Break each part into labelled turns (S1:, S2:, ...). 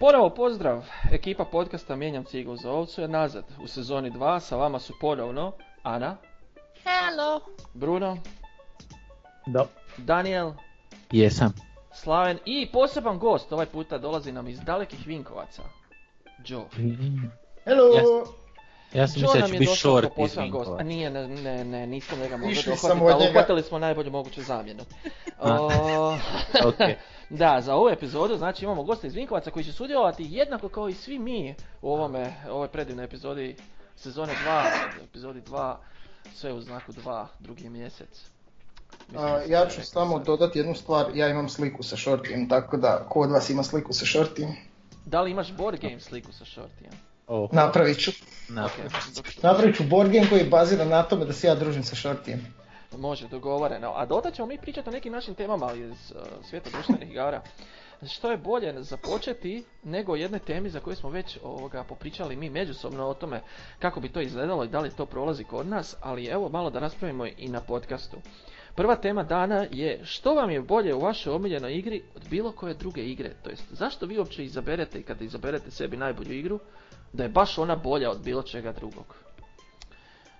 S1: Ponovo pozdrav, ekipa podcasta Mijenjam cigu za ovcu je nazad. U sezoni 2 sa vama su ponovno Ana,
S2: Hello.
S1: Bruno,
S3: Da.
S1: Daniel,
S4: Jesam.
S1: Slaven i poseban gost ovaj puta dolazi nam iz dalekih Vinkovaca. Joe.
S3: Hello!
S4: Jes- Ja sam
S1: Joe
S4: mislio da
S1: nam
S4: ću
S1: je
S4: biti
S1: došao
S4: short
S1: kao
S4: iz
S1: poseban gost. A
S4: Vinkovaca.
S1: nije, ne, ne, ne nismo njega mogli
S3: Išli
S1: dohvatiti,
S3: samo od
S1: ali
S3: njega.
S1: uhvatili smo najbolju moguću zamjenu.
S4: A.
S1: O,
S4: Ok.
S1: Da, za ovu epizodu znači imamo gosta iz Vinkovaca koji će sudjelovati jednako kao i svi mi u ovome, ovoj predivnoj epizodi sezone 2, epizodi 2, sve u znaku 2, drugi mjesec. Mislim
S3: A,
S1: da sam
S3: ja
S1: to
S3: ću
S1: rekao
S3: samo
S1: sad.
S3: dodati jednu stvar, ja imam sliku sa šortijem, tako da ko od vas ima sliku sa šortijem,
S1: Da li imaš board game sliku sa shortijem?
S4: Oh,
S3: napravit ću.
S4: naprijed.
S1: Ok, dobro.
S3: Napravit ću board game koji je baziran na tome da se ja družim sa šortijem.
S1: Može, dogovoreno. A dodat ćemo mi pričati o nekim našim temama iz uh, svijeta društvenih igara. Što je bolje započeti nego o jednoj temi za koju smo već ovoga, popričali mi međusobno o tome kako bi to izgledalo i da li to prolazi kod nas, ali evo malo da raspravimo i na podcastu. Prva tema dana je što vam je bolje u vašoj omiljenoj igri od bilo koje druge igre, to jest zašto vi uopće izaberete i kada izaberete sebi najbolju igru da je baš ona bolja od bilo čega drugog.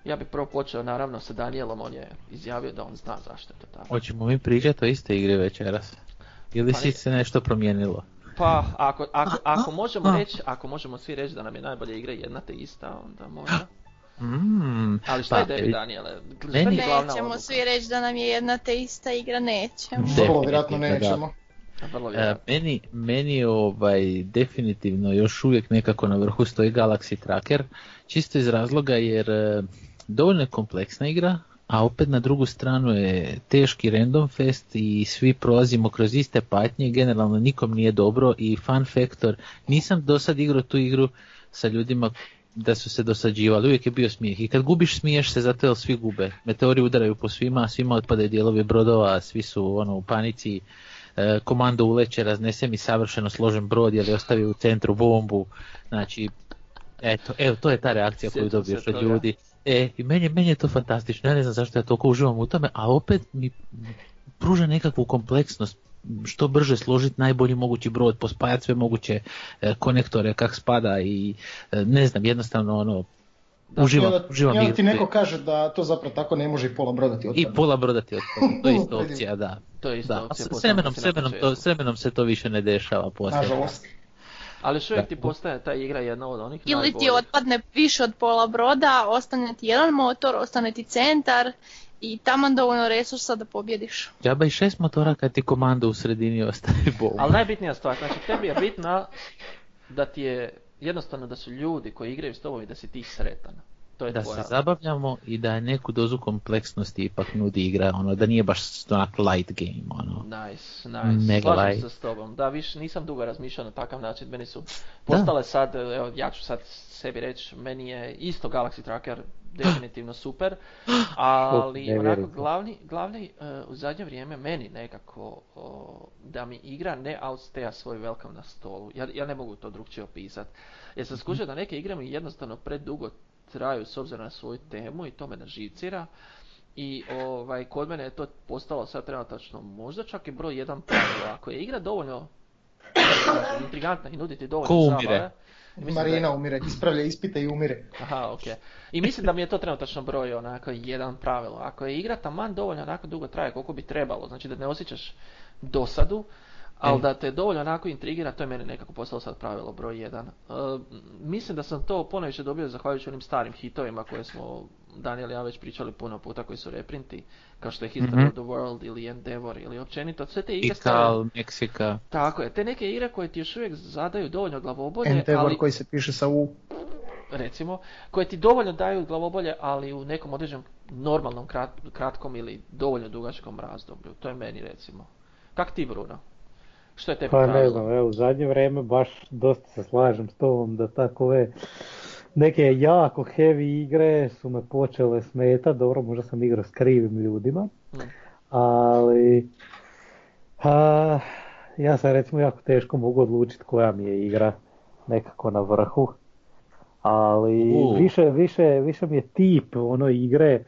S1: Ja bih prvo počeo naravno sa Danielom, on je izjavio da on zna zašto je to tako.
S4: Hoćemo mi pričati o iste igre večeras? Ili
S1: Pa
S4: si
S1: ne-
S4: se nešto promijenilo?
S1: Pa, ako, ako, ako možemo
S4: a.
S1: reći, ako možemo svi reći da nam je najbolja igra jedna te ista, onda možda.
S4: Mm,
S1: Ali šta je
S4: pa,
S1: tebi,
S4: e,
S1: Daniele? Šta ti je
S4: meni-
S1: glavna
S2: Nećemo
S1: odluka?
S2: svi reći da nam je jedna te ista igra, nećemo.
S3: Vrlo
S4: Definitivno,
S3: vjerojatno
S4: da.
S3: nećemo.
S1: Vrlo
S4: e,
S1: vjerojatno.
S4: meni, meni je ovaj, definitivno još uvijek nekako na vrhu stoji Galaxy Tracker, čisto iz razloga jer e, dovoljno je kompleksna igra, a opet na drugu stranu je teški random fest i svi prolazimo kroz iste patnje, generalno nikom nije dobro i fun factor, nisam do sad igrao tu igru sa ljudima da su se dosađivali, uvijek je bio smijeh i kad gubiš smiješ se zato jer svi gube, meteori udaraju po svima, svima otpadaju dijelovi brodova, svi su ono u panici, E, komando uleće, raznese mi savršeno složen brod jer je ostavio u centru bombu. Znači, eto, evo, to je ta reakcija koju
S1: Sjećam
S4: dobiješ
S1: se
S4: od
S1: toga.
S4: ljudi. E, i meni, meni je to fantastično, ja ne znam zašto ja toliko uživam u tome, a opet mi pruža nekakvu kompleksnost što brže složiti najbolji mogući brod, pospajati sve moguće e, konektore kak spada i e, ne znam, jednostavno ono,
S3: I
S4: uživam,
S3: onda,
S4: uživam
S3: i onda
S4: igru.
S3: ti neko kaže da to zapravo tako ne može i pola broda ti
S4: I
S3: otpada.
S4: pola broda ti otpada, to je isto
S3: Predivno.
S4: opcija, da.
S1: To je isto
S4: da. A
S1: opcija,
S4: s-
S1: poznamo
S4: s vremenom,
S1: se
S4: s
S1: na
S4: vremenom to,
S1: početku.
S4: s vremenom se to više ne dešava poslije.
S3: Nažalost.
S1: Ali još uvijek ti
S4: Da.
S1: postaje ta igra jedna od onih
S2: Ili ti
S1: najboljih.
S2: otpadne više od pola broda, ostane ti jedan motor, ostane ti centar i taman dovoljno resursa da pobjediš.
S4: Džaba i šest motora kad ti komando u sredini ostavi bombu.
S1: Ali najbitnija stvar, znači tebi je bitna da ti je jednostavno da su ljudi koji igraju s tobom i da si ti sretan. To je
S4: Da
S1: tvoja-
S4: se zabavljamo i da neku dozu kompleksnosti ipak nudi igra, ono, da nije baš onak light game, ono.
S1: Nice, nice.
S4: Mega
S1: Slažem
S4: light.
S1: se s tobom. Da, viš nisam dugo razmišljao na takav način. Meni su postale sad, evo, ja ću sad sebi reći, meni je isto Galaxy Tracker definitivno super, ali
S4: ne
S1: onako
S4: vjerujem.
S1: glavni, glavni e, u zadnje vrijeme meni nekako o, da mi igra ne outsteja svoj welcome na stolu. Ja, ja ne mogu to drugčije opisati. Jer sam skužio
S4: Mhm.
S1: da neke igre mi jednostavno predugo traju s obzirom na svoju temu i to me nažicira. I ovaj, kod mene je to postalo sad trenutačno možda čak i broj jedan pravila. Ako je igra dovoljno intrigantna i nudi ti dovoljno
S4: Ko umire?
S1: zabave- mislim da je-
S3: Marina umire, ispravlja ispita i umire.
S1: Aha, ok. I mislim da mi je to trenutačno broj onako jedan pravilo. Ako je igra taman dovoljno onako dugo traje koliko bi trebalo, znači da ne osjećaš dosadu, ali
S4: E.
S1: da te dovoljno onako intrigira, to je meni nekako postalo sad pravilo broj jedan. E, mislim da sam to poneviše dobio zahvaljujući onim starim hitovima koje smo Daniel i ja već pričali puno puta koji su reprinti, kao što je History
S4: Mhm.
S1: of the World ili Endeavor ili općenito, sve te igre stare.
S4: Ital, Meksika,
S1: Tako je, te neke igre koje ti još uvijek zadaju dovoljno glavobolje,
S3: Endeavor
S1: ali
S3: koji se piše sa U.
S1: recimo, koje ti dovoljno daju glavobolje, ali u nekom određenom normalnom krat- kratkom ili dovoljno dugačkom razdoblju. To je meni recimo. Kak ti Bruno? Što je tebi
S5: Pa ne
S1: pravilo?
S5: znam, evo, u zadnje vrijeme baš dosta se slažem s tobom da takove neke jako heavy igre su me počele smeta, dobro možda sam igrao s krivim ljudima,
S1: Mm.
S5: ali a, ja sam recimo jako teško mogu odlučiti koja mi je igra nekako na vrhu, ali
S4: U.
S5: više, više, više mi je tip ono igre,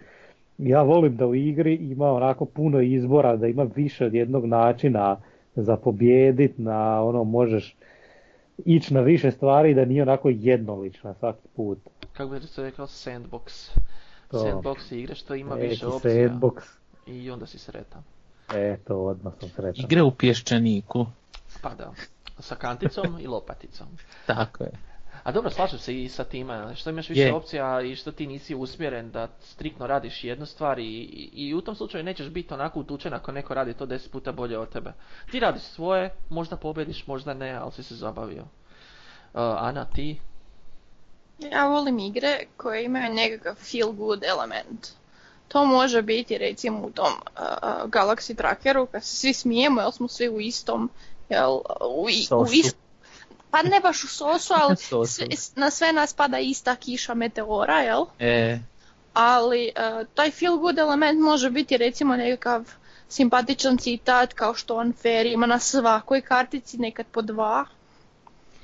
S5: ja volim da u igri ima onako puno izbora, da ima više od jednog načina za pobijedit, na ono možeš ići na više stvari da nije onako jednolična svaki put.
S1: Kako bi se rekao, sandbox.
S5: To.
S1: Sandbox je igra što ima
S5: Neki
S1: više opcija.
S5: sandbox,
S1: I onda si sretan.
S5: eto, odmah sam sretan.
S4: Igre u pješčaniku.
S1: Pa da. Sa kanticom i lopaticom.
S4: Tako je.
S1: A dobro, slažem se i sa time, što imaš više
S4: Je.
S1: opcija i što ti nisi usmjeren da striktno radiš jednu stvar i, i, i u tom slučaju nećeš biti onako utučen ako neko radi to deset puta bolje od tebe. Ti radiš svoje, možda pobediš, možda ne, ali si se zabavio. Uh, Ana, ti?
S2: Ja volim igre koje imaju nekakav feel good element. To može biti recimo u tom uh, uh, Galaxy Trackeru kad se svi smijemo jer smo svi u istom jel, u, i- u
S4: Sosu.
S2: istom pa ne baš u sosu, ali
S4: Sosu.
S2: sve- s- na sve nas pada ista kiša meteora, jel?
S4: E,
S2: ali e, taj feel good element može biti recimo nekakav simpatičan citat kao što on fair ima na svakoj kartici nekad po dva.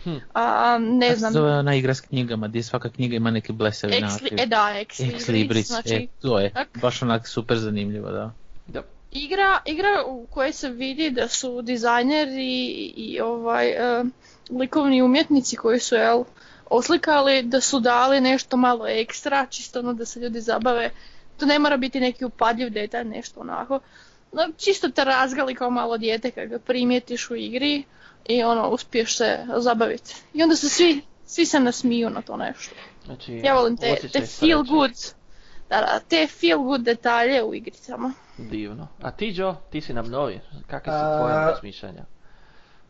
S1: Hm.
S2: A, ne
S4: kako se
S2: znam,
S4: Zove ona igra s knjigama, gdje svaka knjiga ima neki blesevi
S2: ex,
S4: naziv.
S2: li- e da,
S4: Ex
S2: ex, libris,
S4: Libris,
S2: znači
S4: e, to je,
S2: tak.
S4: baš onak super zanimljivo, da.
S1: Da.
S2: igra, igra u kojoj se vidi da su dizajneri i ovaj e, likovni umjetnici koji su jel, oslikali da su dali nešto malo ekstra, čisto ono da se ljudi zabave. To ne mora biti neki upadljiv detalj, nešto onako. No, čisto te razgali kao malo dijete kad ga primijetiš u igri i ono uspiješ se zabaviti. I onda se svi, svi se nasmiju na to nešto.
S1: Znači,
S2: Ja volim te,
S1: osjećaj
S2: te feel
S1: sreće.
S2: good, da, da, te feel good detalje u igricama.
S1: Divno. A ti, Joe, ti si nam novi. Kakve su
S3: A-
S1: tvoje razmišljanja?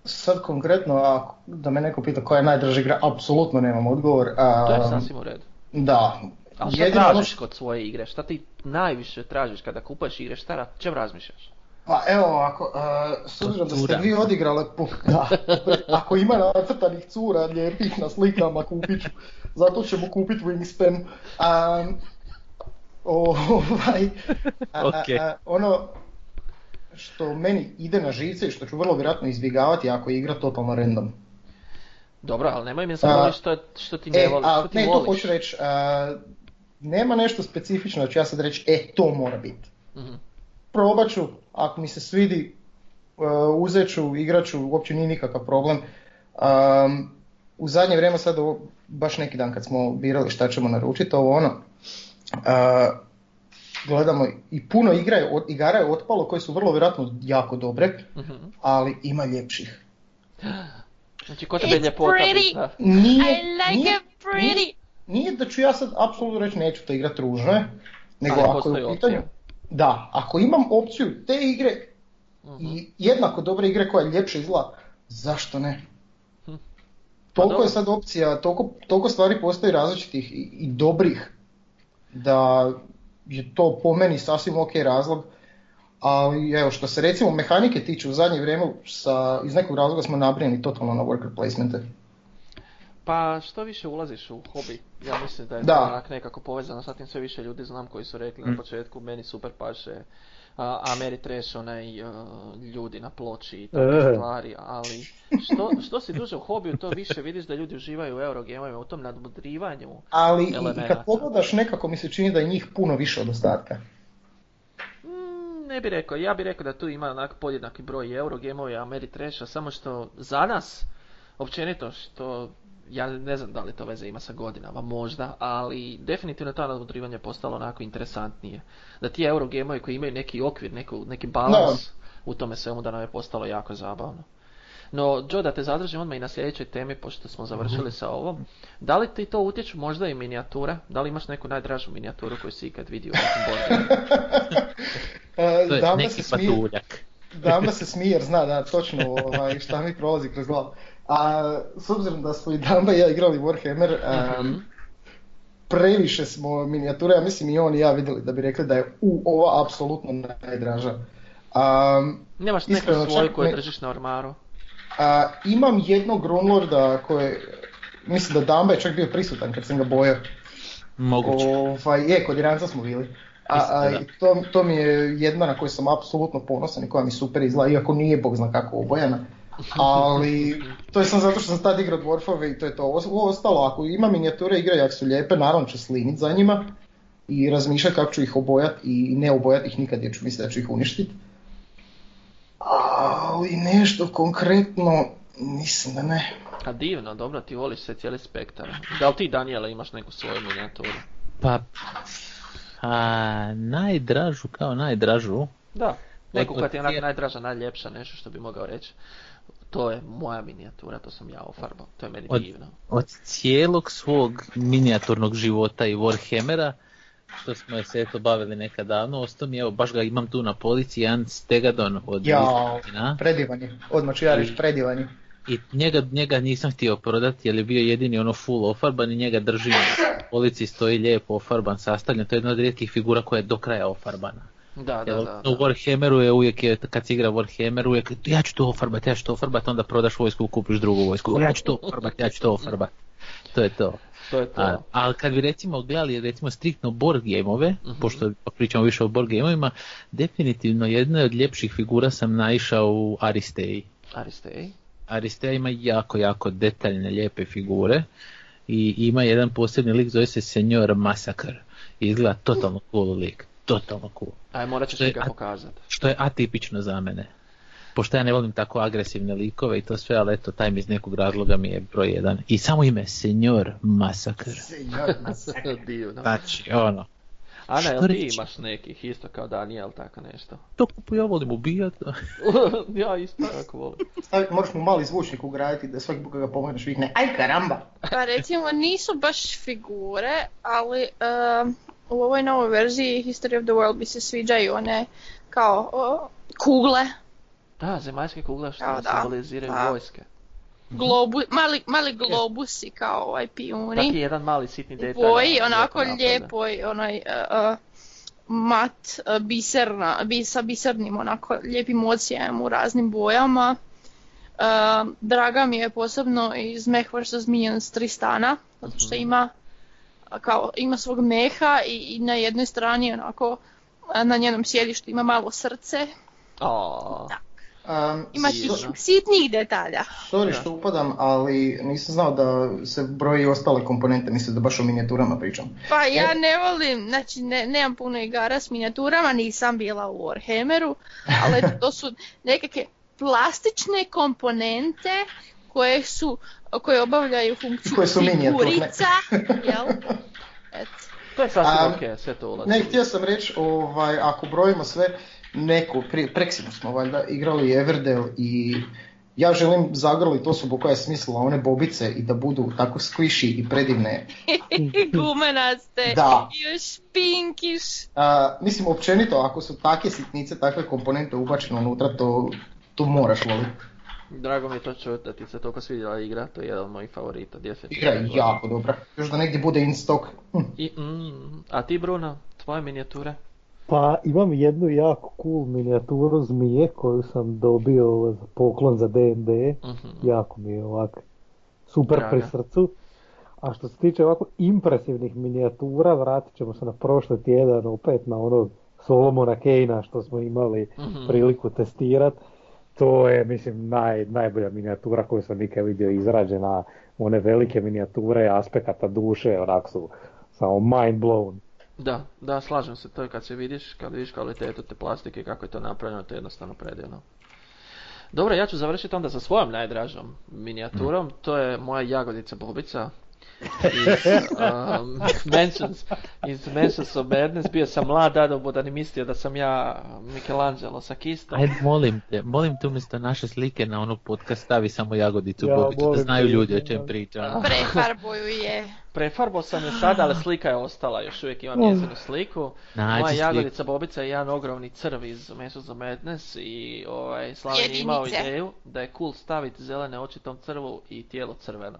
S3: Sad konkretno, a, da me neko pita koja je najdraža igra, apsolutno nemam odgovor. A,
S1: To je sasvim u redu.
S3: Da,
S1: Ali šta
S3: jedino ono
S1: tražiš
S3: što-
S1: kod svoje igre? Šta ti najviše tražiš kada kupuješ igre? Šta ra- čem razmišljaš?
S3: Pa evo ovako, e, s obzirom da ste
S4: Cura.
S3: vi odigrale po... Da, ako ima nacrtanih cura lijepih na slikama kupit ću, zato ćemo kupiti Wingspan. A, o- ovaj, a- a-
S4: Ok.
S3: a, ono što meni ide na živce i što ću vrlo vjerojatno izbjegavati ako je igra totalno random.
S1: Dobro, ali nemoj mi sad
S3: A-
S1: govoriti što, što ti ne
S3: E,
S1: voliš,
S3: a,
S1: što ti
S3: ne, to
S1: voliš.
S3: hoću reći, a, nema nešto specifično da ću ja sad reći, e, to mora biti.
S1: Mhm.
S3: probat ću, ako mi se svidi, e, uzet ću, igrat ću, uopće nije nikakav problem. Um, u zadnje vrijeme sad, ovo, baš neki dan kad smo birali šta ćemo naručiti, ovo ono, e, gledamo i puno igra je, od, igara je otpalo koje su vrlo vjerojatno jako dobre,
S1: Mhm.
S3: ali ima ljepših.
S1: Znači, ko tebe
S2: It's
S1: ljepota
S2: pretty.
S1: bitna?
S3: Nije,
S2: I like
S3: nije,
S2: it pretty.
S3: nije da ću ja sad apsolutno reći neću to igrat ružno je, nego
S1: Mhm. Ali
S3: ako
S1: postoji
S3: je u
S1: opcija.
S3: pitanju, da, ako imam opciju te igre
S1: Mhm.
S3: i jednako dobre igre koja ljepše izgleda, zašto ne?
S1: Hm. Pa
S3: Toliko
S1: dobro.
S3: je sad opcija, toliko, toliko stvari postoji različitih i, i dobrih, da je to po meni sasvim ok razlog. Ali evo, što se recimo mehanike tiče u zadnje vrijeme, sa, iz nekog razloga smo nabrijeni totalno na worker placemente.
S1: Pa što više ulaziš u hobi, ja mislim da je
S3: Da. Mm.
S1: to onak nekako povezano, sa tim sve više ljudi znam koji su rekli na početku, meni super paše a, Ameritrash, onaj e, ljudi na ploči i takve
S5: E.
S1: stvari, ali što, što si duže u hobiju, to više vidiš da ljudi uživaju u Eurogameovima, u tom nadmudrivanju.
S3: Ali i- i
S1: Elemenata.
S3: kad pogledaš nekako mi se čini da je njih puno više od ostatka.
S1: Mm, ne bi rekao, ja bih rekao da tu ima onak podjednaki broj Eurogameova i Ameritrasha, samo što za nas, općenito što, ja ne znam da li to veze ima sa godinama, možda, ali definitivno to nadmudrivanje je postalo onako interesantnije. Da ti Eurogameovi koji imaju neki okvir, neku, neki balans u tome svemu da nam je postalo jako zabavno. No, Joe, da te zadržim odmah i na sljedećoj temi, pošto smo završili sa ovom. Da li ti to utječu možda i minijatura? Da li imaš neku najdražu minijaturu koju si ikad vidio u nekom boardgame?
S3: E,
S4: To je
S3: Dama
S4: neki
S3: se smije-
S4: patuljak.
S3: Dama se smije jer zna da točno ovaj, šta mi prolazi kroz glavu. A s obzirom da smo i Damba i ja igrali Warhammer, em,
S1: Mhm.
S3: previše smo minijature, ja mislim i on i ja vidjeli da bi rekli da je u ova apsolutno najdraža. Em,
S1: Nemaš neku
S3: Iskreno,
S1: svoju
S3: čak
S1: koju
S3: ne-
S1: držiš na ormaru?
S3: a, imam jednog Runlorda koje, mislim da Damba je čak bio prisutan kad sam ga bojao.
S4: Moguće.
S3: Ovaj, je, kod Iranca smo bili. A, a,
S4: Mislim,
S3: i to, to mi je jedna na koju sam apsolutno ponosan i koja mi super izgleda, iako nije bog zna kako obojena. Ali to je sam zato što sam tad igrao dvorfove i to je to. Os- Ovo ostalo, ako ima minijature igre, jak su lijepe, naravno ću slinit za njima i razmišljat kako ću ih obojat i ne obojat ih nikad jer ću misliti da ću ih uništit. Ali nešto konkretno, mislim da ne.
S1: Pa divno, dobro, ti voliš sve cijeli spektar. Da li ti, Danijela, imaš neku svoju minijaturu?
S4: Pa, a, najdražu, kao najdražu,
S1: Da, neku
S4: Od-
S1: koja ti je
S4: od
S1: onak
S4: tije-
S1: najdraža, najljepša, nešto što bi mogao reći. To je moja minijatura, to sam ja ofarbao, to je meni
S4: Od-
S1: divno.
S4: od cijelog svog minijaturnog života i Warhammera, što smo se eto bavili nekad davno, ostao mi, evo, baš ga imam tu na polici, jedan Stegadon od
S3: Jao,
S4: Vizantina.
S3: predivan je. Odmah ću ja reći predivan je.
S4: I njega, njega nisam htio prodati jer je bio jedini ono full ofarban i njega držim na polici stoji lijepo ofarban sastavljen, to je jedna od rijetkih figura koja je do kraja ofarbana.
S1: Da, da,
S4: Jer
S1: Pa da.
S4: u Warhammeru je uvijek, je, kad se igra Warhammer, uvijek ja ću to ofarbat, ja ću to ofarbat, onda prodaš vojsku, kupiš drugu vojsku, ja ću to ofarbat, ja ću to ofarbat. To je to.
S1: To je
S4: A,
S1: to.
S4: ali kad bi recimo gledali recimo striktno board gameove,
S1: Mhm.
S4: pošto pričamo više o board gameovima, definitivno jedna od ljepših figura sam naišao u Aristeji.
S1: Aristej.
S4: Aristeja ima jako, jako detaljne, lijepe figure i ima jedan posebni lik, zove se Senor Massacre. Izgleda totalno cool lik, totalno cool.
S1: Aj, morat ćeš
S4: Što je-
S1: mi ga
S4: a-
S1: pokazati.
S4: Što je atipično za mene. Pošto ja ne volim tako agresivne likove i to sve, ali eto, taj mi iz nekog razloga mi je broj jedan. I samo ime, Senor Massacre.
S1: Divno.
S4: Znači, ono,
S1: Ana,
S4: što
S1: jel ti
S4: reći?
S1: imaš nekih isto kao Danijel, tako nešto?
S4: to kupu ja volim ubijat.
S1: ja isto tako volim.
S3: Stavi, moraš mu mali zvučnik ugraditi da svaki put kad ga pomogneš vikne aj karamba.
S2: Pa recimo nisu baš figure, ali em, u ovoj novoj verziji History of the World mi se sviđaju one kao o, kugle,
S3: Mhm.
S1: Da, zemaljske kugle što
S2: Kao da,
S1: simboliziraju
S2: da.
S1: vojske.
S2: globu, mali, mali globusi kao ovaj
S3: Pa
S1: Tako je
S2: pijuni.
S1: jedan mali sitni
S2: U
S1: detalj.
S2: boji,
S1: ono,
S2: onako
S1: napravljen.
S2: lijepoj, onaj e, e, mat e, biserna, bi, sa bisernim onako lijepim ocijem u raznim bojama. E, draga mi je posebno iz Meh vs. Minions Tristana, zato što
S1: Mhm.
S2: ima a, kao ima svog meha i, i na jednoj strani onako a, na njenom sjedištu ima malo srce,
S1: Aaa,
S3: Um,
S2: ima
S1: Sigurno.
S2: tih sitnih detalja.
S3: sorry što upadam, ali nisam znao da se broji ostale komponente, mislim da baš o minijaturama pričam.
S2: Pa
S3: E.
S2: ja ne volim, znači ne, nemam puno igara s minijaturama, nisam bila u Warhammeru, ali eto, to su nekakve plastične komponente koje su, koje obavljaju funkciju
S3: Koje su minijaturne.
S2: figurica, jel? Eto.
S1: To je sasvim
S3: A,
S1: ok, sve to ulazi.
S3: Ne, htio sam reći, ovaj, ako brojimo sve, neko, prije, preksino smo valjda igrali Everdell i ja želim zagrliti osobu koja je smislila one bobice i da budu tako skviši i predivne.
S2: Gumenaste
S3: Da.
S2: i još pinkiš.
S3: A, mislim, općenito, ako su take sitnice, takve komponente ubačene unutra, to, to moraš voliti.
S1: Drago mi je to čut da ti se toliko svidjela igra, to je jedan od mojih favorita, definitivno.
S3: Igra je jako dobra. Još da negdje bude in stock. Hm.
S1: I, mm, a ti Bruno, tvoje minijature?
S5: Pa imam jednu jako cool minijaturu zmije koju sam dobio za poklon za D&D.
S1: Mhm.
S5: jako mi je ovak super
S1: Draga.
S5: pri srcu. A što se tiče ovako impresivnih minijatura, vratit ćemo se na prošli tjedan opet na onog Solomona Kejna što smo imali
S1: Mhm.
S5: priliku testirat. To je, mislim, naj, najbolja minijatura koju sam nikad vidio izrađena. One velike minijature, aspekata duše, onak su samo mind blown.
S1: Da, da, slažem se, to je kad se vidiš, kad vidiš kvalitetu te plastike, kako je to napravljeno, to je jednostavno predivno. Dobro, ja ću završiti onda sa svojom najdražom minijaturom, to je moja jagodica bobica iz um, Mansions, iz Mansions of Madness, bio sam mlad, dadobodan i mislio da sam ja Michelangelo sa kistom.
S4: Ajde, molim te, molim te umjesto naše slike na onu podcast stavi samo jagodicu
S5: Ja,
S4: Bobicu, da
S5: molim
S4: znaju
S5: te,
S4: ljudi o
S5: molim
S4: čem
S5: te.
S4: pričamo.
S2: Prefarbuju je.
S1: Prefarbo sam je sada, ali slika je ostala, još uvijek imam njezinu sliku.
S4: Nađi
S1: Moja
S4: sliku.
S1: jagodica Bobica je jedan ogromni crv iz Meso za Madness i ovaj, Slaven je imao
S2: Jedinice.
S1: ideju da je cool staviti zelene oči tom crvu i tijelo crveno.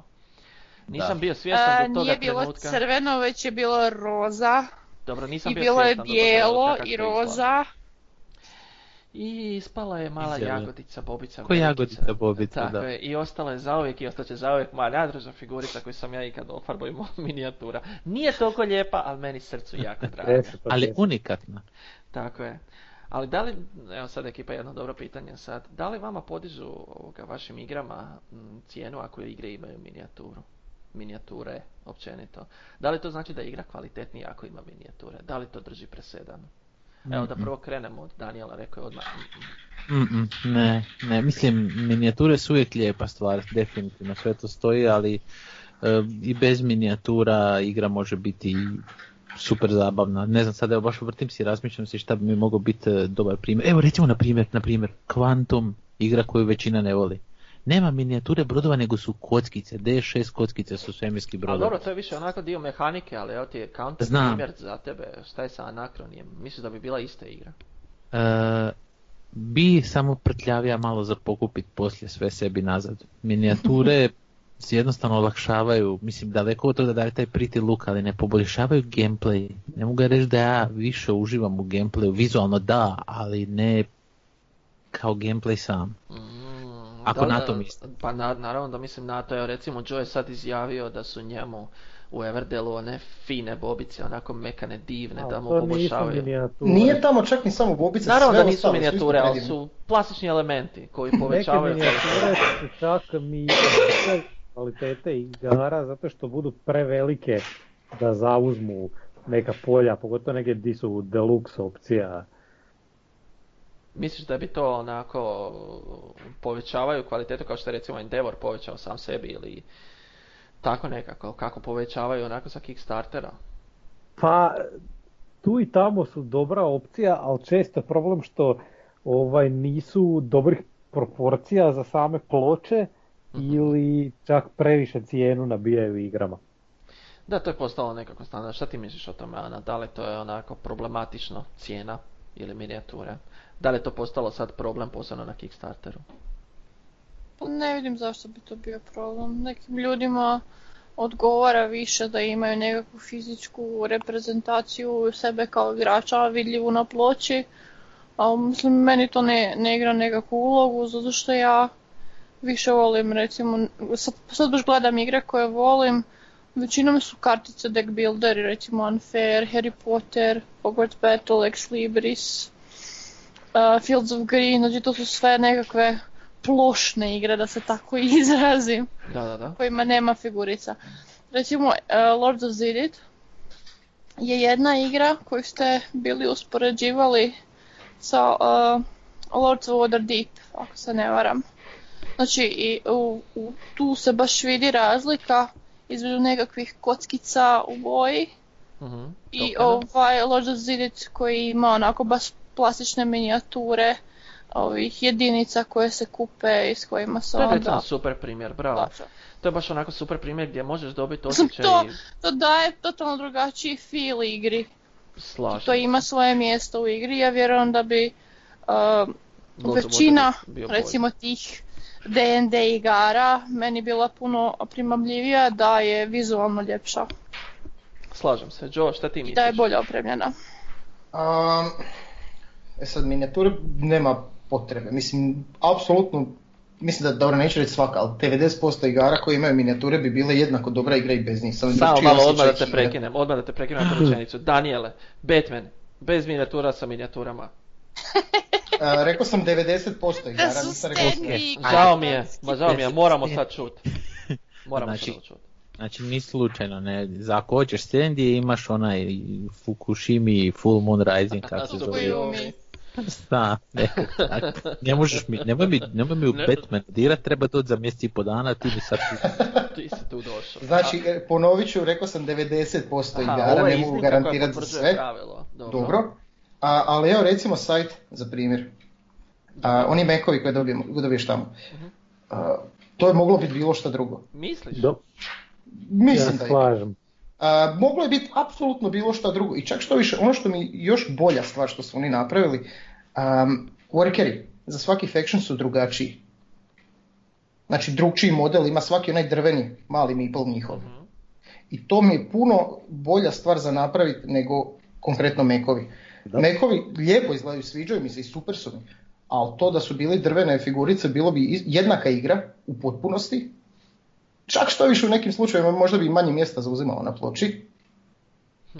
S1: Nisam bio svjestan
S2: A,
S1: do toga
S2: nije bilo
S1: trenutka.
S2: crveno, već je bilo roza.
S1: Dobro, nisam
S2: I
S1: bio
S2: bilo je
S1: svjestan do tog trenutka
S2: bijelo
S1: kako
S2: i
S1: to izgleda.
S2: roza.
S1: I ispala je mala
S4: I zeleno.
S1: jagodica Bobica.
S4: Ko
S1: Bobica.
S4: jagodica Bobica,
S1: Tako
S4: da.
S1: je, i ostala je zauvijek i ostaće zauvijek moja najdraža figurica koju sam ja ikad ofarbao i moja minijatura. Nije toliko lijepa, ali meni srcu jako draga.
S5: Presretno
S4: Ali
S5: često.
S4: unikatna.
S1: Tako je. Ali da li, evo sad ekipa jedno dobro pitanje sad, da li vama podižu ovoga, vašim igrama m, cijenu ako igre imaju minijaturu? Minijature, općenito. Da li to znači da je igra kvalitetnija ako ima minijature? Da li to drži presedan? Evo da prvo krenemo od Daniela, rekao je odmah.
S4: Mm-mm, ne, ne, mislim, minijature su uvijek lijepa stvar, definitivno sve to stoji, ali e, i bez minijatura igra može biti i super zabavna. Ne znam, sad evo baš vrtim si, razmišljam si šta bi mi mogao biti e, dobar primjer. Evo recimo na primjer, na primjer, Quantum, igra koju većina ne voli. Nema minijature brodova nego su kockice, D6 kockice su svemirski
S1: A
S4: brodovi.
S1: dobro, to je više onako dio mehanike, ali evo ti je counter
S4: Znam.
S1: primjer za tebe, šta je sa anakronijem, mislim da bi bila ista igra.
S4: E, bi samo prtljavija malo za pokupit poslije sve sebi nazad. Minijature si jednostavno olakšavaju, mislim daleko od toga da daju taj pretty look, ali ne poboljšavaju gameplay. Ne mogu ja reći da ja više uživam u gameplayu, vizualno da, ali ne kao gameplay sam.
S1: Mm,
S4: Ako
S1: da,
S4: na
S1: da,
S4: to mislim.
S1: Pa na- naravno da mislim na to, evo recimo Joe je sad izjavio da su njemu u Everdellu one fine bobice, onako mekane, divne, da mu
S5: to nisu
S1: poboljšavaju.
S5: minijature.
S3: Nije tamo čak ni samo bobice,
S1: Naravno
S3: sve
S1: da nisu
S3: ostalo, svi su
S1: minijature, ali
S3: predivni.
S1: su plastični elementi koji
S5: Neke
S1: povećavaju
S5: minijature su čak mi kvalitete igara zato što budu prevelike da zauzmu neka polja, pogotovo neke di su deluxe opcija.
S1: Misliš da bi to onako povećavaju kvalitetu kao što je recimo Endeavor povećao sam sebi ili tako nekako, kako povećavaju onako sa Kickstartera?
S5: Pa tu i tamo su dobra opcija, ali često je problem što ovaj nisu dobrih proporcija za same ploče ili čak previše cijenu nabijaju igrama.
S1: Da, to je postalo nekako standard. Šta ti misliš o tome, Ana? Da li to je onako problematično cijena ili minijature? Da li je to postalo sad problem posebno na Kickstarteru?
S2: Pa Ne vidim zašto bi to bio problem. Nekim ljudima odgovara više da imaju nekakvu fizičku reprezentaciju sebe kao igrača vidljivu na ploči. A mislim, meni to ne, ne igra nekakvu ulogu, zato što ja više volim, recimo, sad, sad baš gledam igre koje volim, većinom su kartice deck builderi, recimo Unfair, Harry Potter, Hogwarts Battle, Ex Libris, uh, Fields of Green, znači to su sve nekakve plošne igre, da se tako izrazim,
S1: Da, da, da.
S2: kojima nema figurica. Recimo, eh, Lords of Zidit je jedna igra koju ste bili uspoređivali sa eh, Lords of Waterdeep, ako se ne varam. Znači, i, u, u- tu se baš vidi razlika između nekakvih kockica u boji
S1: Mhm.
S2: i
S1: Tokena.
S2: ovaj Lord of Zidit koji ima onako baš plastične minijature ovih jedinica koje se kupe i s kojima se
S1: To je
S2: onda
S1: recimo super primjer, bravo.
S2: plaća.
S1: To je baš onako super primjer gdje možeš dobiti
S2: Mislim,
S1: osjećaj
S2: to- To daje totalno drugačiji feel igri.
S1: slažem.
S2: To ima svoje mjesto u igri, ja vjerujem da bi um,
S1: Možda možda
S2: većina,
S1: bi bio bolji.
S2: recimo tih D&D igara meni bila puno primamljivija da je vizualno ljepša
S1: Slažem se. Joe, šta ti
S2: i
S1: misliš?
S2: da je bolje opremljena.
S3: Um, e sad, minijature nema potrebe. Mislim, apsolutno, mislim da, dobro, neću reći svaka, ali 90% igara koje imaju minijature bi bile jednako dobra igra i bez njih. Samo
S1: Samo
S3: drukčiji
S1: malo
S3: Znači, osjećaj
S1: odmah da te
S3: igre.
S1: prekinem, odmah da te prekinem na tu rečenicu. Daniele, Batman, bez minijatura sa minijaturama.
S3: A, rekao sam 90% igara,
S2: Da E, su
S3: nisam rekao
S2: stand
S3: sve.
S2: igre.
S1: Žao mi je, ma žao mi je, moramo
S4: Ne.
S1: sad čut. Moramo
S4: Znači-
S1: sad čut.
S4: Znači ni slučajno, ne. Za ako hoćeš standije imaš onaj Fukushimi Full Moon Rising kako se
S1: Super.
S4: zove.
S2: Tsukuyumi.
S4: Da, ne, tak. ne možeš mi, nemoj mi, nemoj mi u
S1: Ne.
S4: Batman dirat, treba doći za mjesec i po dana, ti mi sad...
S1: Ti si tu došao.
S3: Znači, e, ponovit ću, rekao sam 90%
S1: Aha,
S3: igara,
S1: ovo je
S3: ne mogu
S1: iznimka koja
S3: garantirati za
S1: potvrđuje
S3: sve.
S1: Pravilo. Dobro.
S3: Dobro. A, ali evo recimo sajt za primjer. A, oni mekovi koje dobijemo, dobiješ tamo. A, to je moglo biti bilo šta drugo.
S1: Misliš?
S5: Do, ja
S3: Mislim
S5: se
S3: da je.
S5: slažem.
S3: A, moglo je biti apsolutno bilo šta drugo. I čak što više, ono što mi još bolja stvar što su oni napravili, um, workeri za svaki faction su drugačiji. Znači drugčiji model ima svaki onaj drveni mali meeple njihov.
S1: Mhm.
S3: I to mi je puno bolja stvar za napraviti nego konkretno mekovi.
S5: Da.
S3: Mekovi lijepo izgledaju, sviđaju mi se i super su mi. Ali to da su bili drvene figurice, bilo bi iz- jednaka igra u potpunosti. Čak što više u nekim slučajevima možda bi i manje mjesta zauzimalo na ploči.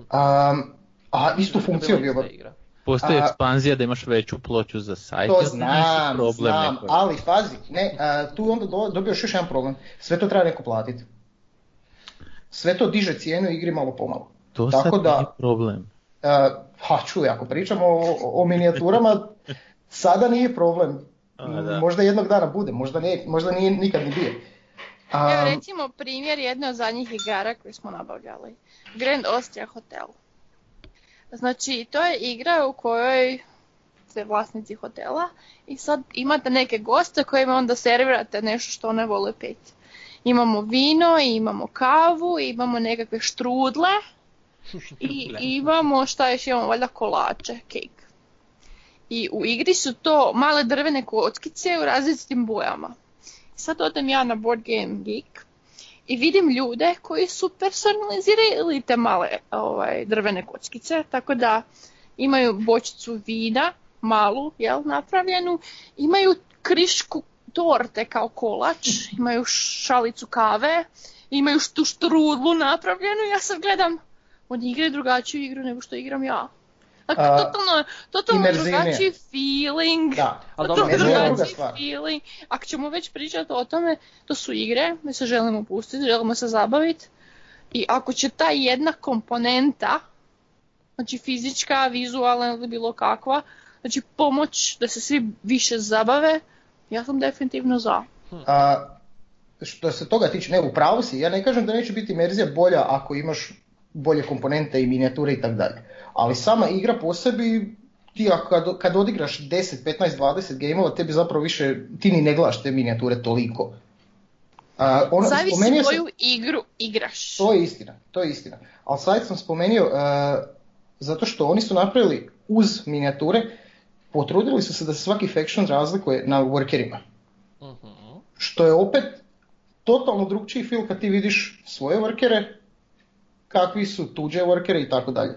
S3: Am, a
S1: Znači
S3: istu
S1: da Hm. je
S3: funkciju bi
S1: bila ista
S3: obavljala.
S1: igra.
S4: Postoji
S3: A-
S4: ekspanzija da imaš veću ploču za sajt.
S3: To
S4: ali nisu
S3: znam,
S4: problem
S3: znam,
S4: neko.
S3: ali pazi, ne, a, tu onda do- dobiješ još jedan problem. Sve to treba neko platiti. Sve to diže cijenu igri malo pomalo.
S4: To
S3: tako
S4: sad
S3: da-
S4: nije problem.
S3: E, ha čuj, ako pričamo o, o minijaturama, sada nije problem.
S4: A, da.
S3: Možda jednog dana bude, možda, nije, možda nije nikad ni bio. A,
S2: Evo recimo primjer jedne od zadnjih igara koje smo nabavljali. Grand Austria Hotel. Znači, to je igra u kojoj ste vlasnici hotela i sad imate neke goste kojima onda servirate nešto što one vole piti. Imamo vino, i imamo kavu, i imamo nekakve štrudle i imamo šta još imamo, valjda kolače, kek. I u igri su to male drvene kockice u različitim bojama. I sad odem ja na Board Game Geek i vidim ljude koji su personalizirali te male ovaj, drvene kockice, tako da imaju bočicu vina, malu, jel, napravljenu, imaju krišku torte kao kolač, imaju šalicu kave, imaju tu štrudlu napravljenu, ja sad gledam, oni igraju drugačiju igru nego što igram ja. Dakle,
S3: A,
S2: totalno, totalno
S3: imerzivnije.
S2: drugačiji feeling.
S3: da.
S1: Ali
S2: Pa To
S1: Pa dobro,
S2: je
S3: ne,
S1: druga-
S3: druga
S2: drugačiji
S3: stvar.
S2: feeling. Ako ćemo već pričati o tome, to su igre, mi se želimo pustiti, želimo se zabaviti. I ako će ta jedna komponenta, znači fizička, vizualna ili bilo kakva, znači pomoć da se svi više zabave, ja sam definitivno za.
S3: A, što se toga tiče, ne, u pravu si, ja ne kažem da neće biti imerzija bolja ako imaš bolje komponente i minijature i tako dalje. Ali sama igra po sebi, ti ako- kad, kad odigraš 10, 15, 20 gameova, tebi zapravo više, ti ni ne gledaš te minijature toliko. A, ono,
S2: Zavisi
S3: spomenuo sam-
S2: koju igru igraš.
S3: to je istina, to je istina. Ali sad sam spomenuo, e, zato što oni su napravili uz minijature, potrudili su se da se svaki faction razlikuje na workerima.
S1: Mhm.
S3: Što je opet totalno drugčiji film kad ti vidiš svoje workere, kakvi su tuđe workere i tako dalje.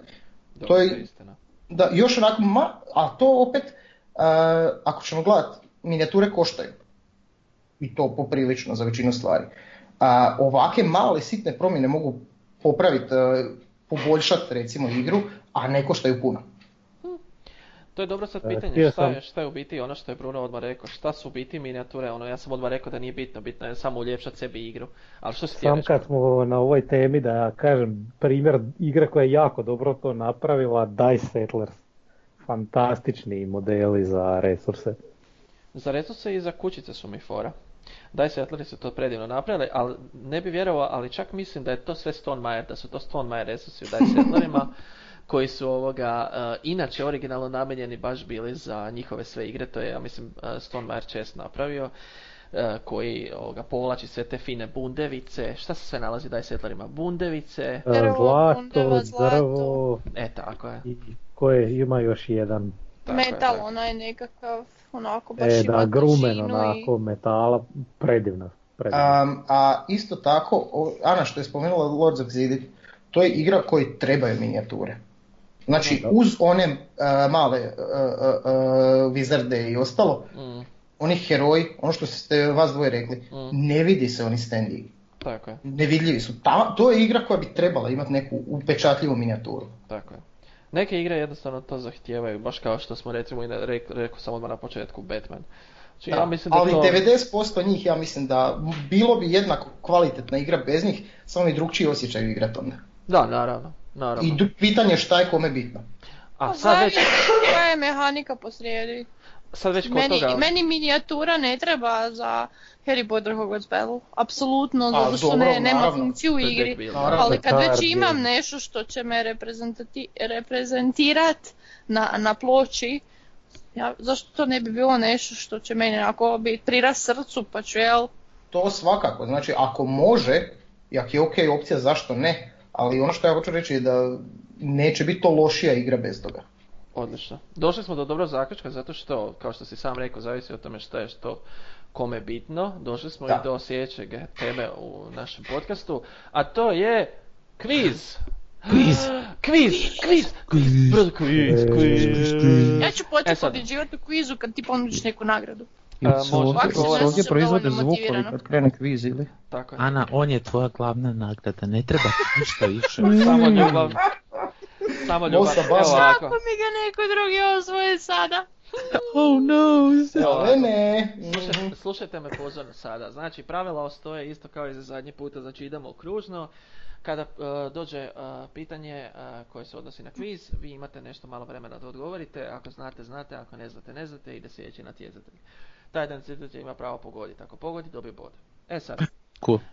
S1: Dobro,
S3: To je-
S1: istina.
S3: Da, još onako, ma, a to opet, e, ako ćemo gledati, minijature koštaju. I to poprilično za većinu stvari. A, ovake male sitne promjene mogu popraviti, poboljšati recimo igru, a ne koštaju puno.
S1: To je dobro sad
S5: E,
S1: pitanje,
S5: htio
S1: šta je,
S5: sam-
S1: šta je u biti ono što je Bruno odmah rekao, šta su u biti minijature, ono ja sam odmah rekao da nije bitno, bitno je samo uljepšati sebi igru, ali što si ti
S5: Sam kad smo na ovoj temi da kažem primjer igre koja je jako dobro to napravila Dice Settlers. Fantastični modeli za resurse.
S1: Za resurse i za kućice su mi fora. Daj se Atlantis su to predivno napravili, ali ne bi vjerovao, ali čak mislim da je to sve Stone Mayer, da su to Stone Mayer resursi u Daj Settlerima, koji su ovoga, e, inače originalno namijenjeni baš bili za njihove sve igre, to je, ja mislim, uh, Stone Mayer Chess napravio, e, koji ovoga, povlači sve te fine bundevice, šta se sve nalazi u Daj Settlerima? Bundevice,
S5: E,
S2: Drvo,
S5: Zlato,
S2: pundeva, zlato.
S5: drvo
S1: e tako je.
S5: i koje ima još jedan.
S1: Tako je,
S2: Metal,
S1: tako je.
S2: onaj nekakav, onako baš
S5: E, da,
S2: ima
S5: grumen
S2: težinu i-
S5: onako metala, predivna. predivna.
S3: Um, a isto tako, o- Ana što je spomenula Lords of Xidit, to je igra koji trebaju minijature. Znači,
S5: Da.
S3: uz one uh, male uh, uh, uh, vizarde i ostalo,
S1: Mm,
S3: oni heroji, ono što ste vas dvoje rekli,
S1: mm,
S3: ne vidi se oni standi.
S1: tako je,
S3: Nevidljivi su. Ta, to je igra koja bi trebala imati neku upečatljivu minijaturu.
S1: Tako je. Neke igre jednostavno to zahtijevaju, baš kao što smo recimo i na- rek- rekao sam odmah na početku Batman. Znači, ja mislim da
S3: Ali
S1: to...
S3: 90% njih ja mislim da bilo bi jednako kvalitetna igra bez njih, samo i drugčiji osjećaj igrat onda.
S1: Da, naravno, naravno.
S3: I dru- pitanje šta je kome bitno.
S1: A
S2: Pa
S1: sad već,
S2: zavisi koja je mehanika posrijedi.
S1: sad već kod
S2: Meni,
S1: toga...
S2: meni minijatura ne treba za Harry Potter Hogwarts Battle, apsolutno,
S3: A,
S2: zato što
S3: dobro,
S2: ne, nema
S3: naravno.
S2: funkciju
S1: to
S2: u
S1: je deck
S2: igri.
S1: build,
S3: Naravno.
S1: da.
S2: Ali kad već
S5: Card game.
S2: imam nešto što će me reprezentati- reprezentirat na, na ploči, ja, zašto to ne bi bilo nešto što će meni onako biti prirast srcu, pa ću jel,
S3: To svakako, znači ako može, i ako je ok opcija zašto ne, ali ono što ja hoću reći je da neće biti to lošija igra bez toga.
S1: Odlično. Došli smo do dobro zaključka zato što, kao što si sam rekao, zavisi o tome što je što kome bitno. Došli smo
S3: Da.
S1: i do sljedećeg teme u našem podcastu, a to je kviz.
S4: Kviz.
S1: Kviz, kviz, kviz, brzo kviz, kviz.
S2: ja ću
S1: E
S2: početi
S1: sad.
S2: pobjeđivati u kvizu kad ti ponudiš neku nagradu.
S1: Jel
S6: Jel
S1: E, se
S6: se
S1: može
S6: ovdje,
S1: govoriti?
S6: jel se ovdje
S2: Sam
S6: proizvode
S2: dovoljno
S6: zvukovi
S2: motivirana.
S6: kad krene kviz ili?
S1: Tako je.
S6: Mm.
S4: Ana, on je tvoja glavna nagrada, ne treba ti ništa više.
S1: Samo ljubav. Samo ljubav.
S3: Mosta
S1: Evo
S3: Bama.
S2: Kako
S1: ovako.
S2: mi ga neko drugi osvoji sada?
S4: Oh no!
S1: Evo ovako.
S3: Ne, ne. Mhm.
S1: Slušajte, slušajte me pozorno sada. Znači, pravila ostoje isto kao i za zadnji puta. Znači, idemo kružno. Kada e, dođe e, pitanje e, koje se odnosi na kviz, vi imate nešto malo vremena da odgovorite. Ako znate, znate. Ako ne znate, ne znate. Ide sljedeći natjecatelj. Taj natjecatelj ima pravo pogoditi. Ako pogodi, dobije bod. E sad,
S4: Cool.
S1: E,